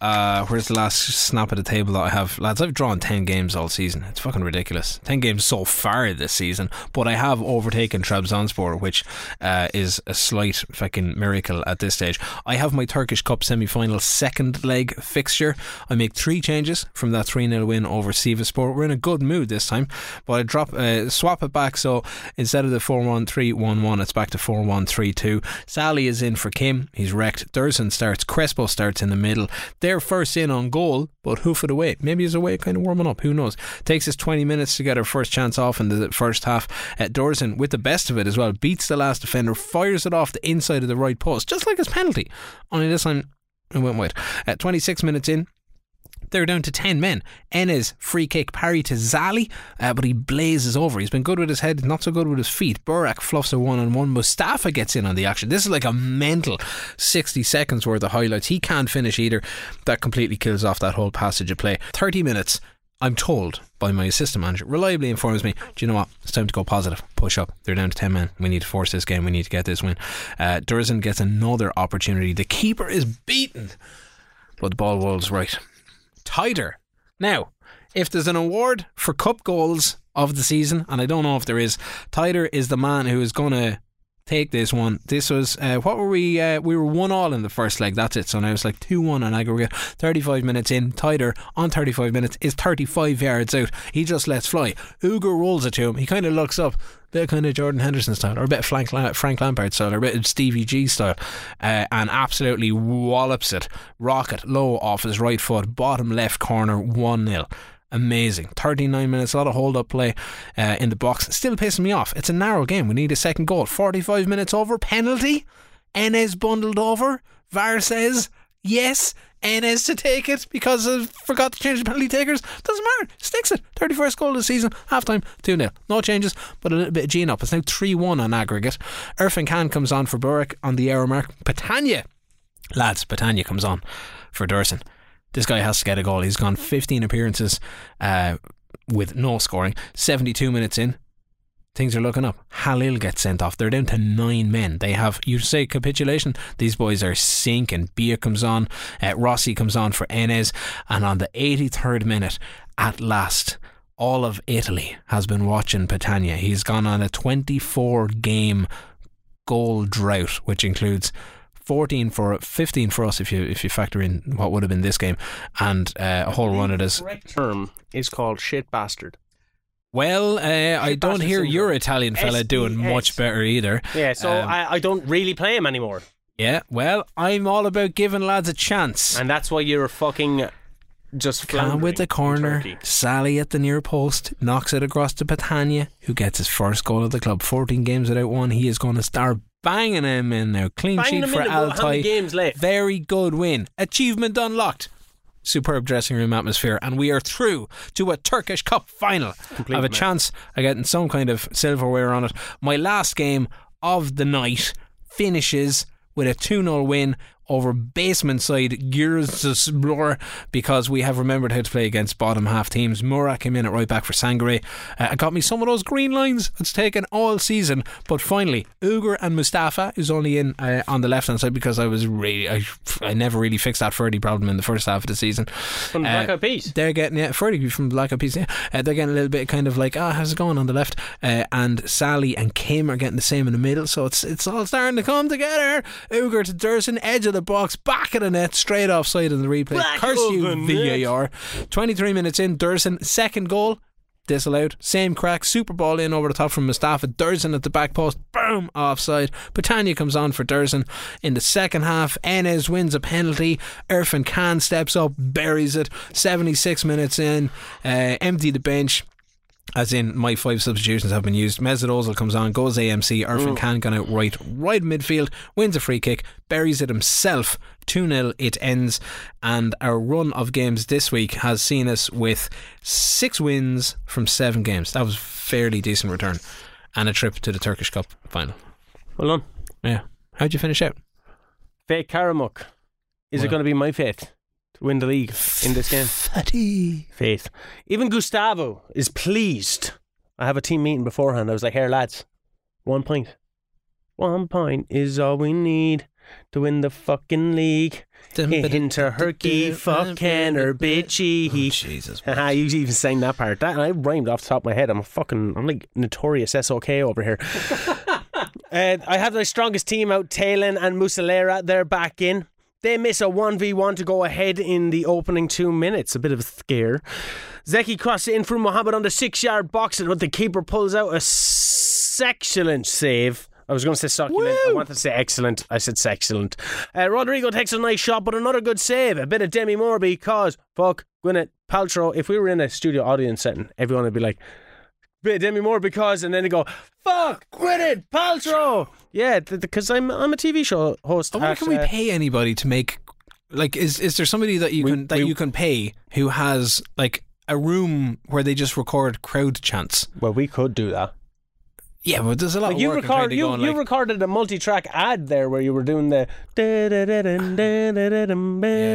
Speaker 2: Uh, where's the last snap of the table that I have, lads? I've drawn ten games all season. It's fucking ridiculous. Ten games so far this season, but I have overtaken Trabzonspor, which uh, is a slight fucking miracle at this stage. I have my Turkish Cup semi-final second leg fixture. I make three changes from that three 0 win over Sivaspor. We're in a good mood this time, but I drop uh, swap it back. So instead of the four one three one one, it's back to four one three two. Sally is in for Kim. He's wrecked. Dursen starts. Crespo starts in the middle. They're They're first in on goal, but hoof it away. Maybe he's away, kind of warming up. Who knows? Takes us 20 minutes to get our first chance off in the first half. Uh, Dorsen, with the best of it as well, beats the last defender, fires it off the inside of the right post, just like his penalty. Only this time it went wide. At 26 minutes in, they're down to 10 men. Enes, free kick, parry to Zali, uh, but he blazes over. He's been good with his head, not so good with his feet. Burak fluffs a one on one. Mustafa gets in on the action. This is like a mental 60 seconds worth of highlights. He can't finish either. That completely kills off that whole passage of play. 30 minutes. I'm told by my assistant manager, reliably informs me, do you know what? It's time to go positive. Push up. They're down to 10 men. We need to force this game. We need to get this win. Uh, Durzin gets another opportunity. The keeper is beaten, but the ball rolls right tighter. Now, if there's an award for cup goals of the season, and I don't know if there is, tighter is the man who is going to take this one. This was uh, what were we? Uh, we were one all in the first leg. That's it. So now it's like two one on aggregate. Thirty five minutes in, tighter on thirty five minutes is thirty five yards out. He just lets fly. Uger rolls it to him. He kind of looks up. Bit of kind of Jordan Henderson style, or a bit of Frank, Lam- Frank Lampard style, or a bit of Stevie G style, uh, and absolutely wallops it. Rocket low off his right foot, bottom left corner, 1 0 amazing. 39 minutes, a lot of hold up play uh, in the box. Still pissing me off. It's a narrow game. We need a second goal. 45 minutes over, penalty. Enes bundled over. VAR says yes. Enes to take it because I forgot to change the penalty takers. Doesn't matter. Sticks it. 31st goal of the season. Half time, 2 0. No changes, but a little bit of gene up. It's now 3 1 on aggregate. Irfan Khan comes on for Burke on the error mark. Patania, lads, Patania comes on for Durson this guy has to get a goal. He's gone 15 appearances uh, with no scoring. 72 minutes in, things are looking up. Halil gets sent off. They're down to nine men. They have, you say, capitulation. These boys are sinking. Bia comes on, uh, Rossi comes on for Enes, and on the 83rd minute, at last. All of Italy has been watching Patania. He's gone on a 24 game goal drought, which includes 14 for 15 for us if you if you factor in what would have been this game and uh, a whole run of this.
Speaker 3: Correct term is called shit bastard.
Speaker 2: Well, uh, I don't
Speaker 3: bastard
Speaker 2: hear your
Speaker 3: syndrome.
Speaker 2: Italian fella doing
Speaker 3: SDS.
Speaker 2: much better either.
Speaker 3: E Yeah, so
Speaker 2: Um,
Speaker 3: I, I don't really play him anymore,
Speaker 2: yeah, well, I'm all about giving lads a chance.
Speaker 3: and that's why you're fucking just
Speaker 2: Can
Speaker 3: floundering
Speaker 2: with the
Speaker 3: in
Speaker 2: corner.
Speaker 3: Turkey.
Speaker 2: Sally at the near post knocks it across to Patania, who gets his first goal of the club. 14 games without one. He is going to start banging him in now. Clean
Speaker 3: Banging
Speaker 2: sheet
Speaker 3: him
Speaker 2: for
Speaker 3: in, but how many
Speaker 2: Altai.
Speaker 3: games left?
Speaker 2: Very good win. Achievement unlocked. Superb dressing room atmosphere, and we are through to a Turkish Cup final.
Speaker 3: Complete
Speaker 2: I have a
Speaker 3: match.
Speaker 2: chance of getting some kind of silverware on it. My last game of the night finishes with a 2 0 win over basement side Gyurzuspor because we have remembered how to play against bottom half teams. Murat came in at right back for Sangare. Uh, I got me some of those green lines. It's taken all season, but finally, Uger and Mustafa is only in uh, on the left hand side because I was really I, I never really fixed that Ferdy problem in the first half of the season.
Speaker 3: From
Speaker 2: uh,
Speaker 3: the Black Eyed Peas.
Speaker 2: They're getting yeah, Ferdy from Black Eyed Peas. Yeah, uh, they're getting a little bit kind of like ah, how's it going on the left? Uh, and Sally and Kim are getting the same in the middle, so it's it's all starting to come together. Uger to Durson, edge of the box, back of the net, straight offside in the replay.
Speaker 3: Back
Speaker 2: Curse
Speaker 3: of
Speaker 2: you,
Speaker 3: the net.
Speaker 2: VAR. Twenty three minutes in, Durson second goal. Disallowed. Same crack. Super ball in over the top from Mustafa. Durzen at the back post. Boom. Offside. Patania comes on for Durzen in the second half. Enes wins a penalty. Irfan Khan steps up, buries it. 76 minutes in. Uh, empty the bench. As in, my five substitutions have been used. Mesut Ozil comes on, goes AMC.
Speaker 3: Mm.
Speaker 2: Irfan Khan gone out right, right midfield, wins a free kick, buries it himself. 2 0, it ends. And our run of games this week has seen us with six wins from seven games. That was fairly decent return. And a trip to the Turkish Cup final.
Speaker 3: Well done.
Speaker 2: Yeah. How'd you finish out?
Speaker 3: Fate Karamuk. Is it
Speaker 2: Well.
Speaker 3: going to be my fate to win the league in this game?
Speaker 2: Fatty.
Speaker 3: Faith. Even Gustavo is pleased. I have a team meeting beforehand. I was like, here, lads, one point. One point is all we need to win the fucking league. Into herky, fucking her bitchy.
Speaker 2: Jesus.
Speaker 3: Haha, you even sang that part. That I rhymed off the top of my head. I'm a fucking, I'm like notorious SOK over here. uh, I have my strongest team out, Talon and Musalera. They're back in. They miss a 1v1 to go ahead in the opening two minutes. A bit of a scare. Zeki crosses it in from Mohammed on the six yard box, and what the keeper pulls out a s- excellent save. I was going to say succulent. I wanted to say excellent. I said sexcellent. Uh, Rodrigo takes a nice shot, but another good save. A bit of Demi Moore because, fuck, Gwyneth Paltrow, if we were in a studio audience setting, everyone would be like, bit of Demi Moore because, and then they go, fuck, Gwyneth Paltrow. Yeah, because I'm, I'm a TV show host.
Speaker 2: I wonder
Speaker 3: at,
Speaker 2: can we
Speaker 3: uh,
Speaker 2: pay anybody to make like is is there somebody that you
Speaker 3: We-
Speaker 2: can that
Speaker 3: we-
Speaker 2: you can pay who has like a room where they just record crowd chants?
Speaker 3: Well, we could do that.
Speaker 2: Yeah, but there's a lot
Speaker 3: Like
Speaker 2: of
Speaker 3: you
Speaker 2: work in trying
Speaker 3: record,
Speaker 2: to
Speaker 3: you,
Speaker 2: go and,
Speaker 3: you
Speaker 2: like,
Speaker 3: recorded a multi-track ad there where you were doing the.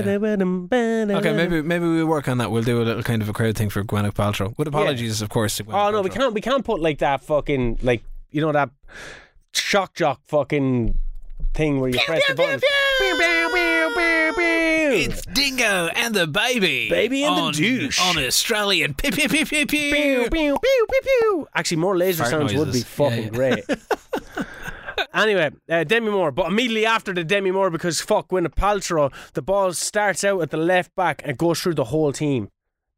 Speaker 2: Okay, maybe maybe we work on that. We'll do a little kind of a crowd thing for Gwyneth Paltrow. With apologies, of course. To Gwyneth
Speaker 3: Oh no, we
Speaker 2: Paltrow.
Speaker 3: can't. We can't put like that fucking like you know that shock jock fucking thing where you press the button.
Speaker 2: It's Dingo and the baby,
Speaker 3: Baby and the
Speaker 2: on-
Speaker 3: douche.
Speaker 2: on Australian. Pew, pew, pew, pew, pew.
Speaker 3: Pew, pew, pew, pew, pew. Actually, more laser
Speaker 2: Fart
Speaker 3: sounds would be
Speaker 2: noises.
Speaker 3: fucking great. anyway, uh, Demi Moore. But immediately after the Demi Moore, because fuck Gwyneth Paltrow, the ball starts out at the left back and goes through the whole team.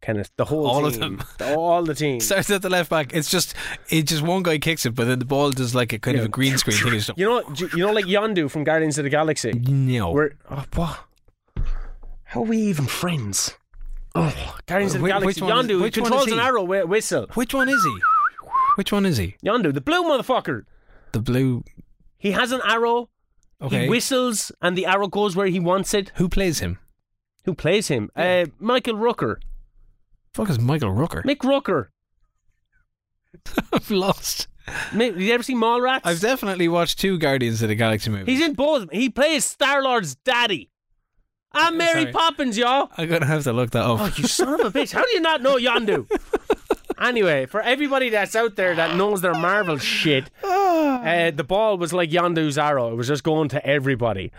Speaker 3: Kenneth, the whole
Speaker 2: All of
Speaker 3: team.
Speaker 2: them.
Speaker 3: The- all the team.
Speaker 2: Starts at the left back. It's just it just one guy kicks it, but then the ball does like a kind of a green screen thing. It's just-
Speaker 3: you know, you know, like Yondu from Guardians of the Galaxy.
Speaker 2: No,
Speaker 3: We're oh, what? How are we even friends? Oh, Guardians of the
Speaker 2: Wh-
Speaker 3: Galaxy.
Speaker 2: which one is-
Speaker 3: Yondu he
Speaker 2: which one is
Speaker 3: controls
Speaker 2: he?
Speaker 3: an arrow wi- whistle.
Speaker 2: which one is he? Which one is he?
Speaker 3: Yondu, the blue motherfucker.
Speaker 2: The blue.
Speaker 3: He has an arrow.
Speaker 2: Okay.
Speaker 3: He whistles, and the arrow goes where he wants it.
Speaker 2: Who plays him?
Speaker 3: Who plays him? Uh, Michael Rooker.
Speaker 2: Fuck is Michael Rooker?
Speaker 3: Mick Rooker.
Speaker 2: I've lost.
Speaker 3: Mick, you ever see Mallrats?
Speaker 2: I've definitely watched two Guardians of the Galaxy movies.
Speaker 3: He's in both. He plays Star Lord's daddy. I'm Mary
Speaker 2: sorry.
Speaker 3: Poppins, y'all.
Speaker 2: I'm gonna have to look that up.
Speaker 3: Oh, you son of a bitch. How do you not know Yondu? anyway, for everybody that's out there that knows their Marvel shit, uh, the ball was like Yondu's arrow. It was just going to everybody.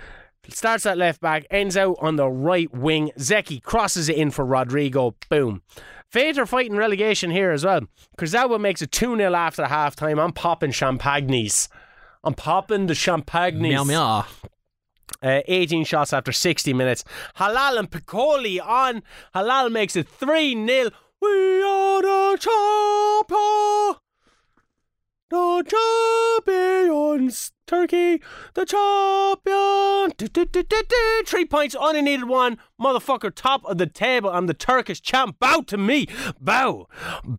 Speaker 3: Starts at left back, ends out on the right wing. Zeki crosses it in for Rodrigo. Boom. Fate are fighting relegation here as well. Kurzawa makes it 2 0 after half time. I'm popping champagnes. I'm popping the champagnes.
Speaker 2: meow meow.
Speaker 3: Uh, 18 shots after 60 minutes. Halal and Piccoli on. Halal makes it 3 0. We are the champions. The champions. Turkey. The champion. Du- du- du- du- du. Three points on a needed one. Motherfucker, top of the table. I'm the Turkish champ. Bow to me. Bow.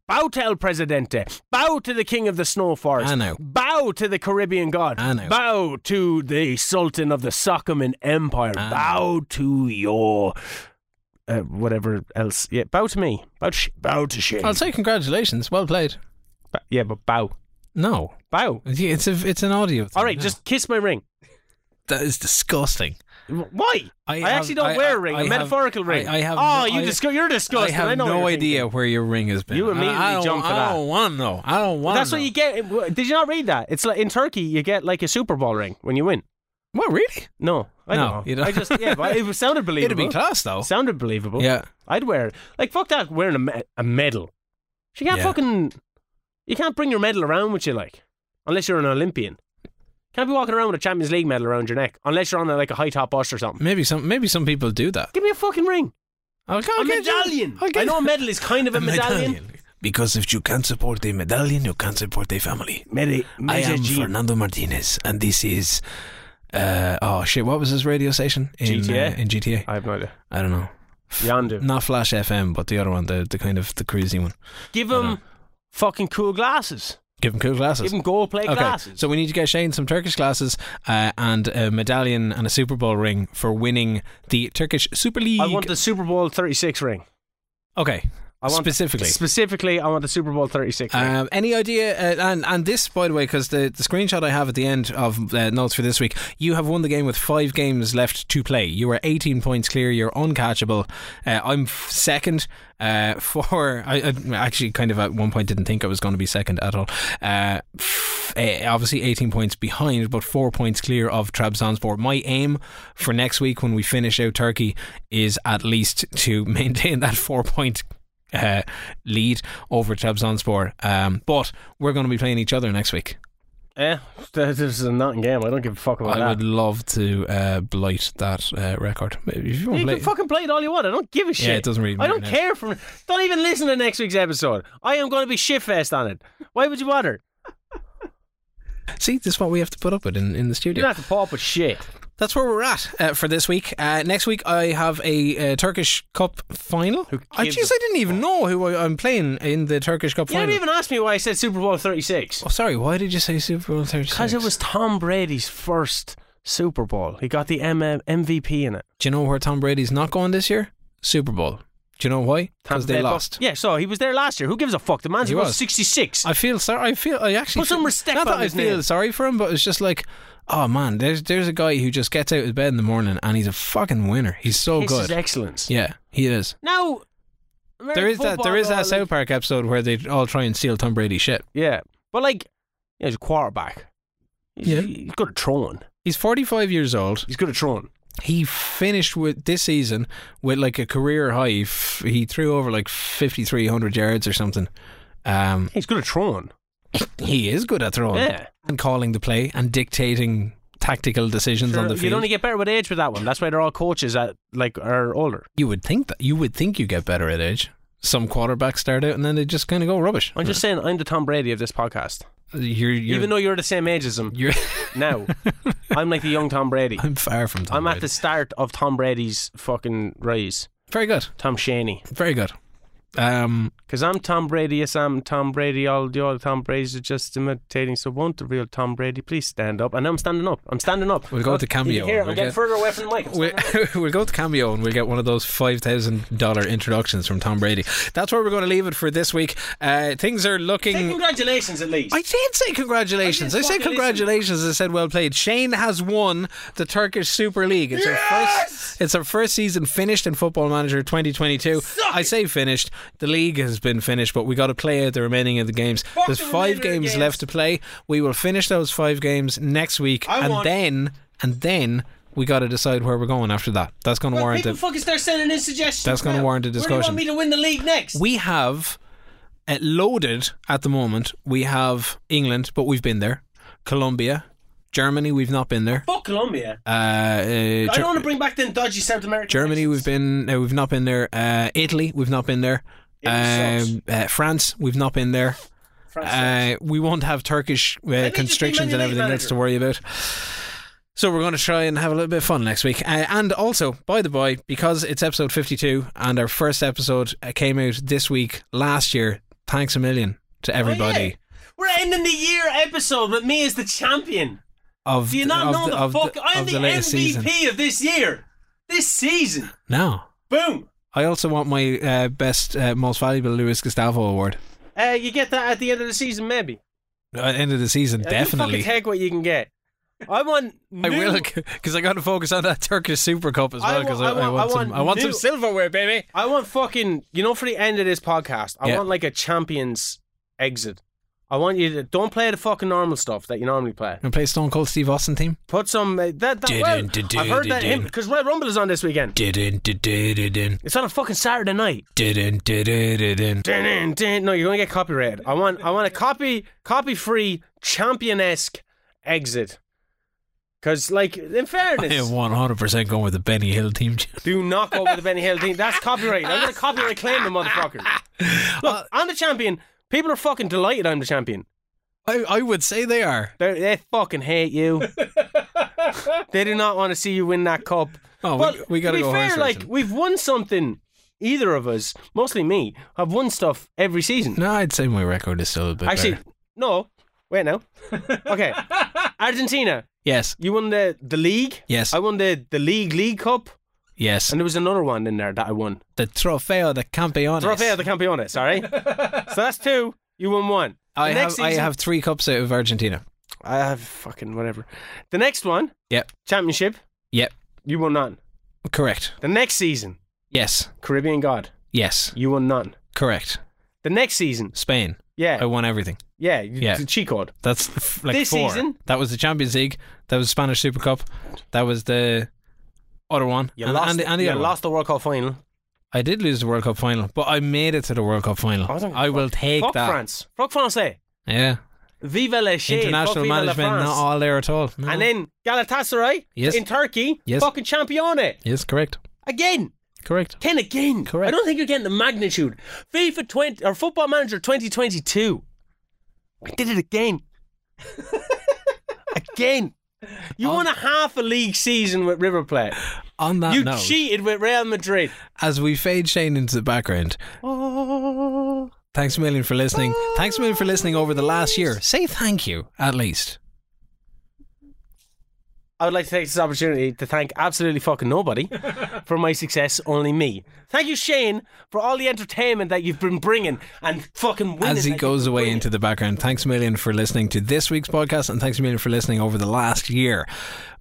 Speaker 3: Bow to El Presidente. Bow to the King of the Snow Forest.
Speaker 2: I know.
Speaker 3: Bow to the Caribbean God.
Speaker 2: I know.
Speaker 3: Bow to the Sultan of the Sokoman Empire.
Speaker 2: I know.
Speaker 3: Bow to your. Uh, whatever else. Yeah, bow to me. Bow to, sh- bow to shame.
Speaker 2: I'll say congratulations. Well played.
Speaker 3: Ba- yeah, but bow.
Speaker 2: No,
Speaker 3: Bow.
Speaker 2: it's a, it's an audio. Thing,
Speaker 3: All right,
Speaker 2: yeah.
Speaker 3: just kiss my ring.
Speaker 2: that is disgusting.
Speaker 3: Why? I,
Speaker 2: have-
Speaker 3: actually don't
Speaker 2: I-
Speaker 3: wear
Speaker 2: I-
Speaker 3: a ring,
Speaker 2: I
Speaker 3: a
Speaker 2: have-
Speaker 3: metaphorical ring.
Speaker 2: I, I have.
Speaker 3: Oh,
Speaker 2: no-
Speaker 3: you
Speaker 2: I-
Speaker 3: disgu- you're disgusting.
Speaker 2: I have
Speaker 3: I know what
Speaker 2: no
Speaker 3: you're
Speaker 2: idea
Speaker 3: thinking.
Speaker 2: where your ring has been.
Speaker 3: You
Speaker 2: I-
Speaker 3: immediately
Speaker 2: I, don't-
Speaker 3: jumped for
Speaker 2: I
Speaker 3: that.
Speaker 2: don't want to know. I don't want.
Speaker 3: That's
Speaker 2: to
Speaker 3: what
Speaker 2: know.
Speaker 3: you get. Did you not read that? It's like in Turkey, you get like a Super Bowl ring when you win.
Speaker 2: What really?
Speaker 3: No, I
Speaker 2: No,
Speaker 3: don't know.
Speaker 2: you don't.
Speaker 3: I just yeah, but it sounded believable.
Speaker 2: It'd be class though.
Speaker 3: Sounded believable.
Speaker 2: Yeah.
Speaker 3: I'd wear it. Like fuck that wearing a, me- a medal. She can't
Speaker 2: Yeah.
Speaker 3: fucking. You can't bring your medal around with you, like, unless you're an Olympian. Can't be walking around with a Champions League medal around your neck, unless you're on a, like a high top bus or something.
Speaker 2: Maybe some. Maybe some people do that.
Speaker 3: Give me a fucking ring,
Speaker 2: I'll, I'll
Speaker 3: a
Speaker 2: get you-
Speaker 3: medallion.
Speaker 2: I'll get
Speaker 3: I know a
Speaker 2: you-
Speaker 3: medal is kind of a, medallion.
Speaker 2: Because if you can't support a medallion, you can't support a family.
Speaker 3: Medi-
Speaker 2: I am Fernando Martinez, and this is. Uh, oh shit! What was his radio station in
Speaker 3: GTA?
Speaker 2: Uh, in GTA?
Speaker 3: I have no idea.
Speaker 2: I don't know.
Speaker 3: Yondu.
Speaker 2: Not Flash FM, but the other one, the, the kind of the crazy one.
Speaker 3: Give him fucking cool glasses.
Speaker 2: Give him cool glasses.
Speaker 3: Give him gold plate
Speaker 2: okay,
Speaker 3: glasses.
Speaker 2: so we need to get Shane some Turkish glasses uh, and a medallion and a Super Bowl ring for winning the Turkish Super League.
Speaker 3: I want the Super Bowl 36 ring.
Speaker 2: okay,
Speaker 3: I want
Speaker 2: specifically.
Speaker 3: Specifically, I want the Super Bowl 36 ring.
Speaker 2: Um, any idea? Uh, and and this, by the way, because the, the screenshot I have at the end of uh, notes for this week, you have won the game with five games left to play. You are 18 points clear. You're uncatchable. Uh, I'm f- second. Uh, for I, I actually kind of at one point didn't think I was going to be second at all. Uh, f- eh, obviously 18 points behind, but four points clear of Trabzonspor. My aim for next week when we finish out Turkey is at least to maintain that four point uh, lead over Trabzonspor. Um, but we're going to be playing each other next week.
Speaker 3: Eh, this is a nothing game. I don't give a fuck about
Speaker 2: I
Speaker 3: that.
Speaker 2: would love to uh, blight that uh, record. If you want to
Speaker 3: You
Speaker 2: play,
Speaker 3: can fucking play it all you want. I don't give a shit.
Speaker 2: it doesn't really
Speaker 3: I don't
Speaker 2: matter now.
Speaker 3: care. From don't even listen to next week's episode. I am going to be shitfest on it. Why would you bother?
Speaker 2: See, this is what we have to put up with in, in the
Speaker 3: You
Speaker 2: studio.
Speaker 3: don't have to pop with shit.
Speaker 2: That's where we're at uh, for this week. Uh, next week, I have a uh, Turkish Cup final. I
Speaker 3: gives
Speaker 2: just I didn't even know who I, I'm playing in the Turkish Cup
Speaker 3: You
Speaker 2: final.
Speaker 3: didn't even ask me why I said Super Bowl 36.
Speaker 2: oh, sorry, why did you say Super Bowl 36?
Speaker 3: Because it was Tom Brady's first Super Bowl. He got the MM- MVP in it.
Speaker 2: Do you know where Tom Brady's not going this year? Super Bowl. Do you know why? Because
Speaker 3: Tampa
Speaker 2: they
Speaker 3: Bay Buc-
Speaker 2: lost.
Speaker 3: Yeah, so he was there last year. Who gives a fuck? The man's
Speaker 2: He
Speaker 3: about
Speaker 2: was.
Speaker 3: 66.
Speaker 2: I feel sorry. I feel I actually
Speaker 3: Put some
Speaker 2: feel-
Speaker 3: respect
Speaker 2: Not that
Speaker 3: on
Speaker 2: I
Speaker 3: his
Speaker 2: feel
Speaker 3: name.
Speaker 2: sorry for him, but it's just like, oh man, there's there's a guy who just gets out of bed in the morning and he's a fucking winner. He's so
Speaker 3: This
Speaker 2: oh, good.
Speaker 3: is excellence.
Speaker 2: yeah, he is.
Speaker 3: Now, American
Speaker 2: There is that. There
Speaker 3: football,
Speaker 2: is
Speaker 3: uh,
Speaker 2: that
Speaker 3: like-
Speaker 2: South Park episode where they all try and steal Tom Brady's shit.
Speaker 3: Yeah, but like, yeah, he's a quarterback. He's,
Speaker 2: Yeah.
Speaker 3: he's good at throwing.
Speaker 2: He's 45 years old.
Speaker 3: He's good at throwing.
Speaker 2: He finished with this season with like a career high. F- he threw over like 5,300 yards or something. Um,
Speaker 3: He's good at throwing.
Speaker 2: he is good at throwing
Speaker 3: Yeah,
Speaker 2: and calling the play and dictating tactical decisions on the
Speaker 3: Sure,
Speaker 2: field.
Speaker 3: you'd only get better with age with that one. That's why they're all coaches that like are older.
Speaker 2: You would think that you would think you get better at age. Some quarterbacks start out and then they just kind of go rubbish.
Speaker 3: I'm just saying, I'm the Tom Brady of this podcast.
Speaker 2: you're, you're
Speaker 3: Even though you're the same age as him
Speaker 2: you're
Speaker 3: now, I'm like the young Tom Brady.
Speaker 2: I'm far from Tom
Speaker 3: I'm at
Speaker 2: Brady.
Speaker 3: the start of Tom Brady's fucking rise.
Speaker 2: very good,
Speaker 3: Tom Shaney.
Speaker 2: very good. Um,
Speaker 3: Because I'm Tom Brady, yes, I'm Tom Brady. All the other Tom Brady's are just imitating. So won't the real Tom Brady please stand up? And I'm standing up. I'm standing up.
Speaker 2: We'll go
Speaker 3: Look,
Speaker 2: to cameo.
Speaker 3: you can hear it. I'm
Speaker 2: We'll
Speaker 3: getting
Speaker 2: get-
Speaker 3: further away from the mic. I'm
Speaker 2: we,
Speaker 3: standing up.
Speaker 2: we'll go to Cameo and we'll get one of those $5,000 introductions from Tom Brady. That's where we're going to leave it for this week. Uh, things are
Speaker 3: Say
Speaker 2: looking.
Speaker 3: congratulations at least.
Speaker 2: I did say congratulations.
Speaker 3: I
Speaker 2: I,
Speaker 3: didn't
Speaker 2: said
Speaker 3: fucking
Speaker 2: congratulations. I said well played. Shane has won the Turkish Super League. It's her first. It's her first season finished in Football Manager 2022. I say finished. The league has been finished, but we got to play out the remaining of the games. There's
Speaker 3: the
Speaker 2: five
Speaker 3: remainder of
Speaker 2: games,
Speaker 3: games.
Speaker 2: left to play. We will finish those five games next week,
Speaker 3: I
Speaker 2: and
Speaker 3: want-
Speaker 2: then and then we got to decide where we're going after that. That's going to
Speaker 3: Well,
Speaker 2: warrant it.
Speaker 3: people fucking start sending in suggestions.
Speaker 2: That's gonna
Speaker 3: now.
Speaker 2: warrant a
Speaker 3: Where do you
Speaker 2: discussion.
Speaker 3: want me to win the league next?
Speaker 2: we have uh, loaded at the moment. We have England, but we've been there. Colombia, Germany, we've not been there.
Speaker 3: Fuck Colombia.
Speaker 2: Uh, uh, Ger-
Speaker 3: I don't want to bring back them dodgy South American.
Speaker 2: Germany, we've been, uh, we've not been there. Uh, Italy, we've not been there.
Speaker 3: Italy
Speaker 2: Um, uh, France, we've not been there. Uh, we won't have Turkish uh,
Speaker 3: just be
Speaker 2: constrictions
Speaker 3: Man
Speaker 2: and
Speaker 3: United
Speaker 2: everything else
Speaker 3: manager.
Speaker 2: to worry about. So we're going to try and have a little bit of fun next week. Uh, and also, by the by, because it's episode 52 and our first episode uh, came out this week last year, thanks a million
Speaker 3: Oh,
Speaker 2: to everybody
Speaker 3: We're ending the year episode with me as the champion.
Speaker 2: of
Speaker 3: Do you not
Speaker 2: of
Speaker 3: know
Speaker 2: the,
Speaker 3: the,
Speaker 2: of
Speaker 3: fuck?
Speaker 2: the,
Speaker 3: I'm
Speaker 2: of
Speaker 3: the,
Speaker 2: the
Speaker 3: MVP
Speaker 2: latest season.
Speaker 3: of this year. This season.
Speaker 2: No.
Speaker 3: Boom.
Speaker 2: I also want my uh, best, uh, most valuable Luis Gustavo award.
Speaker 3: Uh, you get that at the end of the season, maybe.
Speaker 2: At end of the season,
Speaker 3: Uh, you
Speaker 2: definitely.
Speaker 3: fucking take what you can get. I want.
Speaker 2: I
Speaker 3: new-
Speaker 2: will because I got to focus on that Turkish Super Cup as
Speaker 3: I
Speaker 2: well
Speaker 3: wa-
Speaker 2: because
Speaker 3: I
Speaker 2: I, I,
Speaker 3: want- I
Speaker 2: want some
Speaker 3: want
Speaker 2: I want
Speaker 3: new-
Speaker 2: some silverware, baby.
Speaker 3: I want fucking you know for the end of this podcast, I
Speaker 2: Yeah.
Speaker 3: want like a champions exit. I want you to don't play the fucunnor normal stuff that you normally play.
Speaker 2: And play Stone Cold Steve Austin team.
Speaker 3: Put some uh, that that well,
Speaker 2: Dun-dun-dun-dun-dun.
Speaker 3: I've heard that him because Red Rumble is on this weekend. It's on a fucking Saturday night.
Speaker 2: Dun-dun-dun-dun-dun.
Speaker 3: Dun, dun, dun. No, you're gonna get copyrighted. I want I want a copy copy free champion esque exit. Cause like in
Speaker 2: I am
Speaker 3: fairness,
Speaker 2: 100% going with the Benny Hill team.
Speaker 3: do not go with the Benny Hill thing. That's copyright. I'm gonna copyright claim the motherfucker. Look, I'm the champion. People are fucking delighted I'm the champion.
Speaker 2: I, I would say they are.
Speaker 3: They, they fucking hate you. they do not want to see you win that cup.
Speaker 2: Oh, we-
Speaker 3: But
Speaker 2: we gotta
Speaker 3: to be
Speaker 2: go
Speaker 3: fair,
Speaker 2: horse
Speaker 3: like
Speaker 2: racing.
Speaker 3: we've won something. Either of us, mostly me, have won stuff every season.
Speaker 2: No, I'd say my record is still a bit
Speaker 3: Actually,
Speaker 2: better.
Speaker 3: no. Wait now. Okay, Argentina,
Speaker 2: Yes,
Speaker 3: you won the the league.
Speaker 2: Yes.
Speaker 3: I won the the league league cup,
Speaker 2: yes.
Speaker 3: and there was another one in there that I won.
Speaker 2: The Trofeo de Campeones.
Speaker 3: Trofeo de Campeones. Sorry. so that's two. You won one. The
Speaker 2: I have,
Speaker 3: next
Speaker 2: I
Speaker 3: season-
Speaker 2: have three cups out of Argentina.
Speaker 3: I have fucking whatever. The next one,
Speaker 2: Yep,
Speaker 3: championship.
Speaker 2: yep.
Speaker 3: You won none.
Speaker 2: Correct.
Speaker 3: The next season,
Speaker 2: Yes,
Speaker 3: Caribbean God.
Speaker 2: yes.
Speaker 3: You won none.
Speaker 2: Correct.
Speaker 3: The next season,
Speaker 2: Spain. I
Speaker 3: yeah,
Speaker 2: won everything.
Speaker 3: yeah, you-
Speaker 2: Yeah.
Speaker 3: the cheat code.
Speaker 2: That's f- like
Speaker 3: This
Speaker 2: four.
Speaker 3: season?
Speaker 2: That was the Champions League. That was Spanish Super Cup. That was the other one.
Speaker 3: You
Speaker 2: and,
Speaker 3: lost.
Speaker 2: and the- and the
Speaker 3: you
Speaker 2: other one.
Speaker 3: lost the World Cup final.
Speaker 2: I did lose the World Cup final, but I made it to the World Cup final.
Speaker 3: I Oh, don't give a
Speaker 2: I, will take
Speaker 3: Fuck
Speaker 2: that.
Speaker 3: France. Fuck France.
Speaker 2: Yeah,
Speaker 3: Vive la Chine.
Speaker 2: international management not all there at all. No.
Speaker 3: And then Galatasaray
Speaker 2: Yes.
Speaker 3: in Turkey.
Speaker 2: Yes.
Speaker 3: Fucking Champione
Speaker 2: yes, correct,
Speaker 3: again.
Speaker 2: correct.
Speaker 3: Ten again.
Speaker 2: Correct.
Speaker 3: I don't think you're getting the magnitude. FIFA 20 or Football Manager 2022. I did it again. again. You
Speaker 2: Um,
Speaker 3: won a half a league season with River Plate.
Speaker 2: On that
Speaker 3: You
Speaker 2: note,
Speaker 3: cheated with Real Madrid.
Speaker 2: as we fade Shane into the background,
Speaker 3: Oh.
Speaker 2: thanks a million for listening. Thanks a million for listening over the last year. Say thank you, at least.
Speaker 3: I would like to take this opportunity to thank absolutely fucking nobody for my success, only me. Thank you, Shane, for all the entertainment that you've been bringing and fucking winning.
Speaker 2: As he
Speaker 3: that
Speaker 2: goes
Speaker 3: you've been
Speaker 2: away
Speaker 3: bringing.
Speaker 2: into the background, thanks a million for listening to this week's podcast and thanks a million for listening over the last year.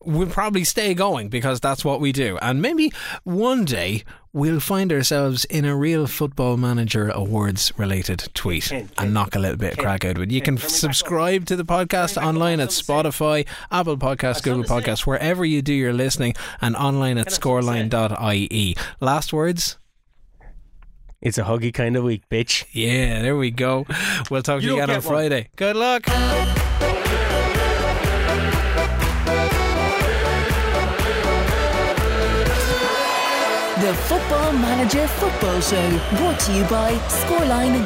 Speaker 2: We'll probably stay going because that's what we do. And maybe one day we'll find ourselves in a real Football Manager Awards related tweet and knock a little bit of crack out of it. You can subscribe to the podcast online at Spotify, Apple Podcasts, Google Podcasts, wherever you do your listening, and online at scoreline.ie. E. Last words?
Speaker 3: It's a huggy kind of week, bitch.
Speaker 2: Yeah, there we go. We'll talk to
Speaker 3: You
Speaker 2: you
Speaker 3: don't
Speaker 2: again on
Speaker 3: get one.
Speaker 2: Friday. Good luck.
Speaker 1: The Football Manager Football Show, brought to you by scoreline.ie.